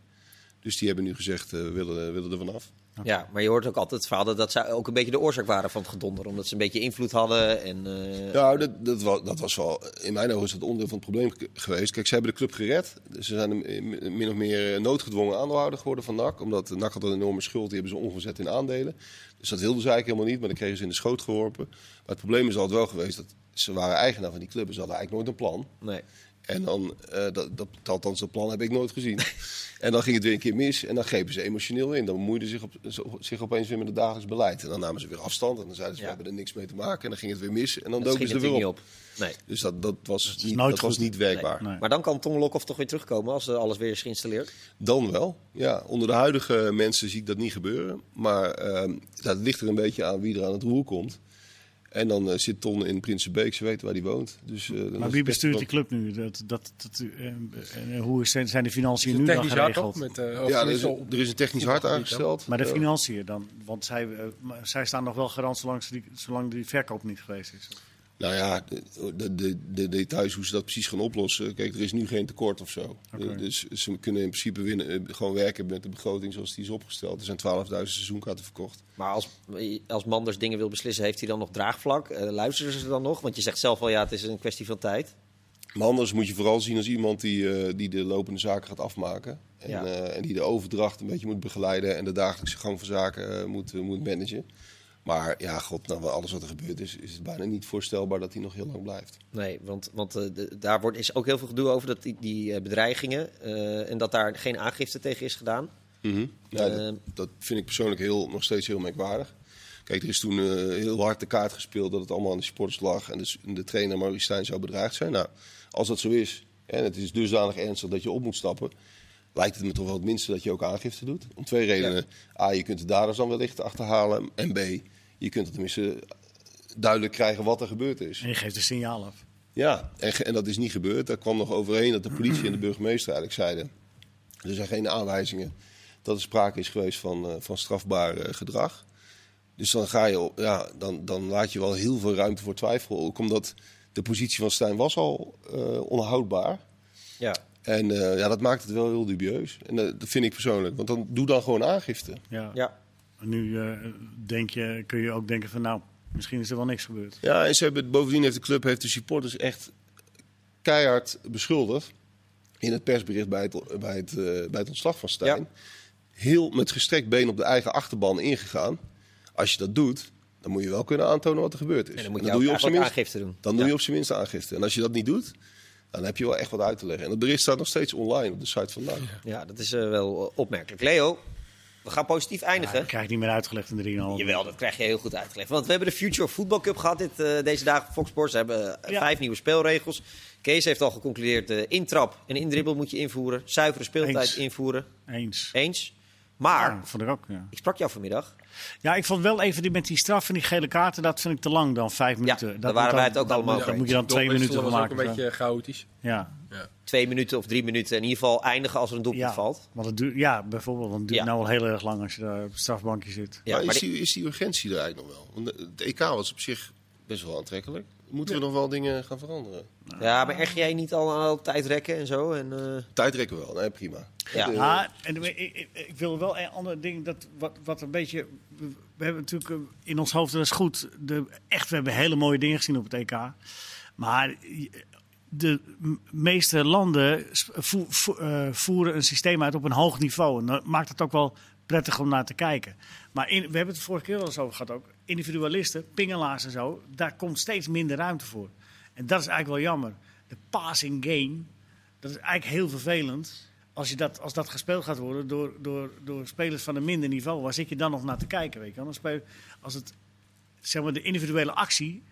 Speaker 3: Dus die hebben nu gezegd, eh, we willen, we willen er vanaf.
Speaker 1: Ja, maar je hoort ook altijd het verhaal dat, dat zij ook een beetje de oorzaak waren van het gedonder. Omdat ze een beetje invloed hadden. En, eh,
Speaker 3: Nou, dat, dat, was, dat was wel, in mijn ogen is dat onderdeel van het probleem k- geweest. Kijk, ze hebben de club gered. Dus Ze zijn een- een- min of meer eh, noodgedwongen aandeelhouder geworden van NAC. Omdat eh, NAC had een enorme schuld, die hebben ze omgezet in aandelen. Dus dat wilden ze eigenlijk helemaal niet, maar dan kregen ze in de schoot geworpen. Maar het probleem is altijd wel geweest dat ze waren eigenaar van die club. en Ze hadden eigenlijk nooit een plan.
Speaker 1: Nee.
Speaker 3: En dan, eh, dat, dat, althans, dat plan heb ik nooit gezien. en dan ging het weer een keer mis en dan grepen ze emotioneel in. Dan bemoeiden ze zich, op, zo- zich opeens weer met het dagelijks beleid. En dan namen ze weer afstand en dan zeiden ze,
Speaker 1: Ja.
Speaker 3: we hebben er niks mee te maken. En dan ging het weer mis en
Speaker 1: dat
Speaker 3: dan doken
Speaker 1: ging
Speaker 3: ze er
Speaker 1: natuurlijk
Speaker 3: weer
Speaker 1: niet
Speaker 3: op.
Speaker 1: op. Nee.
Speaker 3: Dus dat, dat, was,
Speaker 2: is
Speaker 3: niet,
Speaker 2: nooit
Speaker 3: dat was
Speaker 2: goed.
Speaker 3: niet werkbaar.
Speaker 2: Nee.
Speaker 1: Maar dan kan Tom Lokhoff toch weer terugkomen als eh, alles weer is geïnstalleerd.
Speaker 3: Dan wel. Ja, onder de huidige mensen zie ik dat niet gebeuren. Maar ehm, dat ligt er een beetje aan wie er aan het roer komt. En dan eh, zit Ton in Prinsenbeek, ze weten waar hij woont. Dus, eh, dan is
Speaker 2: Maar
Speaker 3: het
Speaker 2: wie
Speaker 3: best
Speaker 2: bestuurt die
Speaker 3: wel-
Speaker 2: club nu? Dat, dat, dat, eh, en hoe zijn zijn de financiën nu dan
Speaker 4: Technisch hard
Speaker 2: geregeld?
Speaker 4: toch? Met, eh, of
Speaker 3: Ja, er is,
Speaker 4: tenminste
Speaker 3: een- er is een technisch hart aangesteld.
Speaker 2: Maar de
Speaker 3: Eh,
Speaker 2: financiën dan? Want zij, eh, maar zij staan nog wel garant zolang, ze die, zolang die verkoop niet geweest is.
Speaker 3: Nou ja, de, de, de, de details hoe ze dat precies gaan oplossen. Kijk, er is nu geen tekort of zo.
Speaker 2: Oké.
Speaker 3: Dus ze kunnen in principe winnen, eh, gewoon werken met de begroting zoals die is opgesteld. Er zijn 12.000 seizoenkaarten verkocht.
Speaker 1: Maar als, als Manders dingen wil beslissen, heeft hij dan nog draagvlak? Eh, luisteren ze dan nog? Want je zegt zelf al, ja, het is een kwestie van tijd.
Speaker 3: Maar anders moet je vooral zien als iemand die, eh, die de lopende zaken gaat afmaken. En,
Speaker 1: Ja.
Speaker 3: eh, en die de overdracht een beetje moet begeleiden en de dagelijkse gang van zaken eh, moet, moet managen. Maar ja, god, nou, alles wat er gebeurd is, is het bijna niet voorstelbaar dat hij nog heel lang blijft.
Speaker 1: Nee, want, want eh, de- daar wordt, is ook heel veel gedoe over dat die, die eh, bedreigingen eh, en dat daar geen aangifte tegen is gedaan.
Speaker 3: Mhm. Ja,
Speaker 1: Eh,
Speaker 3: dat, dat vind ik persoonlijk heel, nog steeds heel merkwaardig. Kijk, er is toen eh, heel hard de kaart gespeeld dat het allemaal aan de supporters lag en de, de trainer Maurice Stijn zou bedreigd zijn. Nou, als dat zo is en het is dusdanig ernstig dat je op moet stappen, lijkt het me toch wel het minste dat je ook aangifte doet. Om twee redenen. A, je kunt de daders dan wellicht achterhalen en B, je kunt het tenminste eh, duidelijk krijgen wat er gebeurd is.
Speaker 2: En je geeft een signaal af.
Speaker 3: Ja, en, ge- en dat is niet gebeurd. Daar kwam nog overheen dat de politie en de burgemeester eigenlijk zeiden... er zijn geen aanwijzingen dat er sprake is geweest van, eh, van strafbaar eh, gedrag. Dus dan, ga je op, ja, dan, dan laat je wel heel veel ruimte voor twijfel. Ook omdat de positie van Stijn was al eh, onhoudbaar.
Speaker 1: ja.
Speaker 3: En eh, ja, dat maakt het wel heel dubieus. En eh, dat vind ik persoonlijk. Want dan doe dan gewoon aangifte.
Speaker 2: Ja.
Speaker 1: ja.
Speaker 2: En Nu eh, denk je, kun je ook denken van nou, misschien is er wel niks gebeurd.
Speaker 3: Ja, en ze hebben, bovendien heeft de club heeft de supporters echt keihard beschuldigd. In het persbericht bij het, bij het, eh, bij het ontslag van Stijn.
Speaker 1: Ja.
Speaker 3: Heel met gestrekt been op de eigen achterban ingegaan. Als je dat doet, dan moet je wel kunnen aantonen wat er gebeurd is.
Speaker 1: En dan moet
Speaker 3: En
Speaker 1: je
Speaker 3: Dus doe
Speaker 1: ook
Speaker 3: op zijn
Speaker 1: eigenlijk
Speaker 3: minst-
Speaker 1: aangifte doen.
Speaker 3: Dan doe
Speaker 1: Ja.
Speaker 3: je op zijn minst aangifte. En als je dat niet doet, dan heb je wel echt wat uit te leggen. En dat bericht staat nog steeds online op de site van NAC.
Speaker 1: Ja, dat is eh, wel eh, opmerkelijk. Leo, we gaan positief
Speaker 2: Ja, dat
Speaker 1: eindigen.
Speaker 2: krijg je niet meer uitgelegd in de 3,5.
Speaker 1: Jawel, dat krijg je heel goed uitgelegd. Want we hebben de Future Football Cup gehad dit, eh, deze dagen op Fox Sports. Ze hebben eh,
Speaker 2: Ja.
Speaker 1: vijf nieuwe speelregels. Kees heeft al geconcludeerd, eh, intrap en indribbel moet je invoeren. Zuivere speeltijd
Speaker 2: Eens.
Speaker 1: invoeren.
Speaker 2: Eens.
Speaker 1: Eens. Maar,
Speaker 2: Ja, vond ik ook, ja.
Speaker 1: ik sprak jou vanmiddag.
Speaker 2: Ja, ik vond wel even die, met die straf en die gele kaarten, dat vind ik te lang dan, vijf minuten.
Speaker 1: daar
Speaker 2: Dat
Speaker 1: waren
Speaker 2: moet
Speaker 1: wij
Speaker 2: dan-
Speaker 1: het ook
Speaker 2: dat
Speaker 1: allemaal
Speaker 2: moet-
Speaker 1: over
Speaker 2: Daar moet je dan twee
Speaker 4: Doelpunten
Speaker 2: minuten van
Speaker 4: was ook
Speaker 2: maken.
Speaker 4: een
Speaker 2: of zo.
Speaker 4: beetje eh, chaotisch.
Speaker 2: Ja,
Speaker 4: Ja.
Speaker 1: Twee minuten of drie minuten. In ieder geval eindigen als er een doelpunt
Speaker 2: ja.
Speaker 1: valt.
Speaker 2: Want het duurt, ja, bijvoorbeeld, want het duurt
Speaker 1: Ja.
Speaker 2: nou al heel erg lang als je daar op het strafbankje zit.
Speaker 1: Ja,
Speaker 3: maar
Speaker 1: maar
Speaker 3: Oh, is
Speaker 1: die-
Speaker 3: die, is die urgentie er eigenlijk nog wel? Want de- het EK was op zich best wel aantrekkelijk. Moeten we nog wel dingen gaan veranderen?
Speaker 1: ja, maar erg jij niet al aan tijdrekken en zo? En, eh,
Speaker 3: Tijdrekken wel, nee, prima.
Speaker 1: Ja.
Speaker 3: Eh,
Speaker 2: Ja, Ah, en ik, ik, ik wil wel een ander ding dat wat, wat een beetje. we- We hebben natuurlijk eh, in ons hoofd, dat is goed. De, echt, we hebben hele mooie dingen gezien op het EK. Maar je- de m- meeste landen s- vo- vo- eh, voeren een systeem uit op een hoog niveau. En dat maakt het ook wel prettig om naar te kijken. Maar in, we hebben het vorige keer wel eens over gehad ook. Individualisten, pingelaars en zo, daar komt steeds minder ruimte voor. En dat is eigenlijk wel jammer. De passing game, dat is eigenlijk heel vervelend. Als, je dat, als dat gespeeld gaat worden door, door, door spelers van een minder niveau, waar zit je dan nog naar te kijken? Weet je? wel? Als speel- als het, zeg maar, de individuele actie,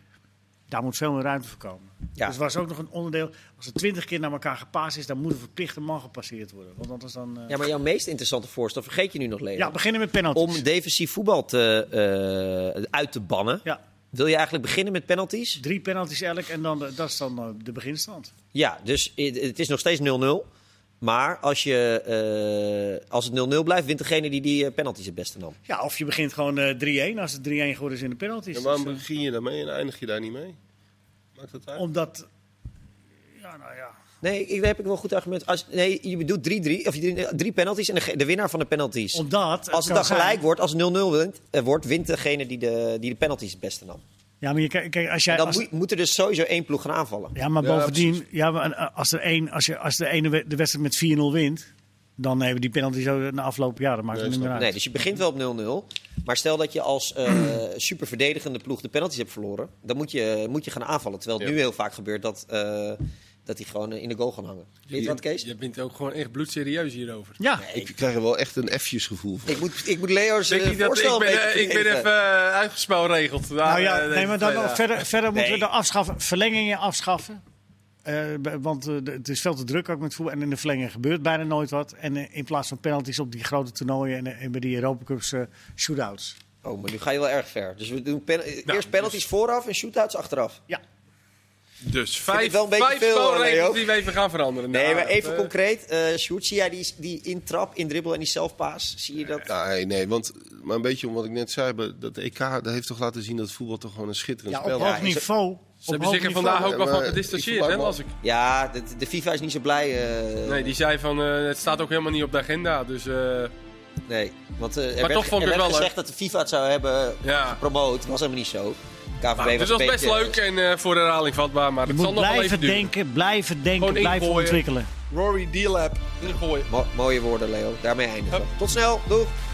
Speaker 2: daar moet veel meer ruimte voor komen.
Speaker 1: Ja.
Speaker 2: Dus was ook nog een onderdeel, als er twintig keer naar elkaar gepaasd is, dan moet een verplichte man gepasseerd worden. Want anders dan. eh,
Speaker 1: ja,
Speaker 2: ja,
Speaker 1: maar jouw meest interessante voorstel vergeet je nu nog, Leo.
Speaker 2: beginnen met penalties.
Speaker 1: Om defensief voetbal te, eh, uit te bannen.
Speaker 2: Ja,
Speaker 1: Wil je eigenlijk beginnen met penalties?
Speaker 2: drie penalties elk en dan de- dat is dan eh, de beginstand.
Speaker 1: Ja, dus i- het is nog steeds 0-0. Maar als, je, eh, als het 0-0 blijft, wint degene die die eh, penalties het beste nam.
Speaker 2: Ja, of je begint gewoon eh 3-1 als het 3-1 geworden is in de penalties.
Speaker 3: En waarom
Speaker 2: Dus, eh,
Speaker 3: begin je daarmee en eindig je daar niet mee? Maakt dat uit?
Speaker 2: omdat. Ja, nou ja.
Speaker 1: Nee, ik, daar heb ik wel een goed argument. Als, nee, je bedoelt 3-3, of je doet, eh, drie penalties en de, de winnaar van de penalties.
Speaker 2: Omdat.
Speaker 1: als het
Speaker 2: kan
Speaker 1: dan
Speaker 2: zijn-
Speaker 1: gelijk wordt, als het 0-0 wint, eh, wordt, wint degene die de, die de penalties het beste nam.
Speaker 2: Ja, maar je, kijk, kijk, als jij.
Speaker 1: En dan
Speaker 2: als-
Speaker 1: moet, moet er dus sowieso één ploeg gaan aanvallen.
Speaker 2: Ja, maar
Speaker 3: Ja,
Speaker 2: bovendien, ja, maar eh, als, er één, als, je, als de ene we- de wedstrijd met 4-0 wint, dan hebben die penalty zo na afgelopen jaar. Dat maakt
Speaker 3: Nee,
Speaker 2: het niet meer uit.
Speaker 3: snap
Speaker 1: Nee, dus je begint wel op 0-0. Maar stel dat je als eh superverdedigende ploeg de penalties hebt verloren. Dan moet je, moet je gaan aanvallen. Terwijl het
Speaker 3: Ja.
Speaker 1: nu heel vaak gebeurt dat, eh, dat die gewoon eh, in de goal gaan hangen. Weet je wat, Kees?
Speaker 4: Je bent ook gewoon echt bloedserieus hierover.
Speaker 2: Ja,
Speaker 3: Ik krijg er wel echt een F'jes gevoel van.
Speaker 1: Ik moet, ik moet Leo's
Speaker 4: Denk
Speaker 1: eh,
Speaker 4: niet dat
Speaker 1: voorstel
Speaker 4: ik ben,
Speaker 1: een
Speaker 4: eh,
Speaker 1: beetje
Speaker 4: ik ben even
Speaker 1: verdedigen.
Speaker 4: uh, uitgespelregeld.
Speaker 2: nou ja, nee, maar dan,
Speaker 4: verder.
Speaker 2: verder, verder moeten we
Speaker 1: Nee.
Speaker 2: de afschaffen, verlengingen afschaffen. Eh, b- want eh, de- het is veel te druk ook met voetbal. En in de verlenging gebeurt bijna nooit wat. En eh, in plaats van penalties op die grote toernooien en, eh, en bij die Europa Cups eh, shootouts.
Speaker 1: Oh, maar nu ga je wel erg ver. Dus we doen pen- eh,
Speaker 4: Nou,
Speaker 1: eerst penalties vooraf en shootouts achteraf.
Speaker 2: Ja,
Speaker 4: Dus
Speaker 1: ik
Speaker 4: vijf,
Speaker 1: wel een beetje
Speaker 4: vijf
Speaker 1: veel, Leo.
Speaker 4: spelregels die we even gaan veranderen.
Speaker 1: Nee,
Speaker 4: Nou,
Speaker 1: maar
Speaker 4: dat,
Speaker 1: even
Speaker 4: eh,
Speaker 1: concreet. eh Sjoerd, zie jij die, die intrap, indribbel en die zelfpaas? Zie je dat?
Speaker 3: Nee, nee, want maar een beetje om wat ik net zei, maar dat EK dat heeft toch laten zien dat voetbal toch gewoon een schitterend
Speaker 2: ja op
Speaker 3: spel
Speaker 1: Ja,
Speaker 2: hoog
Speaker 1: is-
Speaker 2: niveau.
Speaker 4: Ze hebben zich er vandaag ook wel
Speaker 3: Maar
Speaker 4: van
Speaker 3: ik
Speaker 4: gedistanceerd,
Speaker 3: verbaas
Speaker 4: hè,
Speaker 3: me
Speaker 4: las ik.
Speaker 1: Ja, de, de FIFA is niet zo blij. eh,
Speaker 4: Nee, die zei van, eh, het staat ook helemaal niet op de agenda, dus eh,
Speaker 1: Nee, want eh, er
Speaker 4: Maar
Speaker 1: werd,
Speaker 4: toch vond ik
Speaker 1: er
Speaker 4: het
Speaker 1: werd
Speaker 4: wel
Speaker 1: gezegd dat de FIFA het zou hebben
Speaker 4: ja.
Speaker 1: gepromoot. Dat was helemaal niet zo. KVB
Speaker 4: Maar, dus
Speaker 1: was
Speaker 4: dat
Speaker 1: een
Speaker 4: was best
Speaker 1: beetje-
Speaker 4: leuk en eh, voor herhaling vatbaar, maar
Speaker 2: Je
Speaker 4: het zal
Speaker 2: moet
Speaker 4: nog wel even
Speaker 2: blijven
Speaker 4: duren.
Speaker 2: denken, blijven denken,
Speaker 4: Gewoon
Speaker 2: blijven
Speaker 4: ingooien.
Speaker 2: ontwikkelen.
Speaker 4: Rory D-Lab, ingooien.
Speaker 1: Mo- mooie woorden, Leo. Daarmee eindigen. we. Tot snel. Doeg.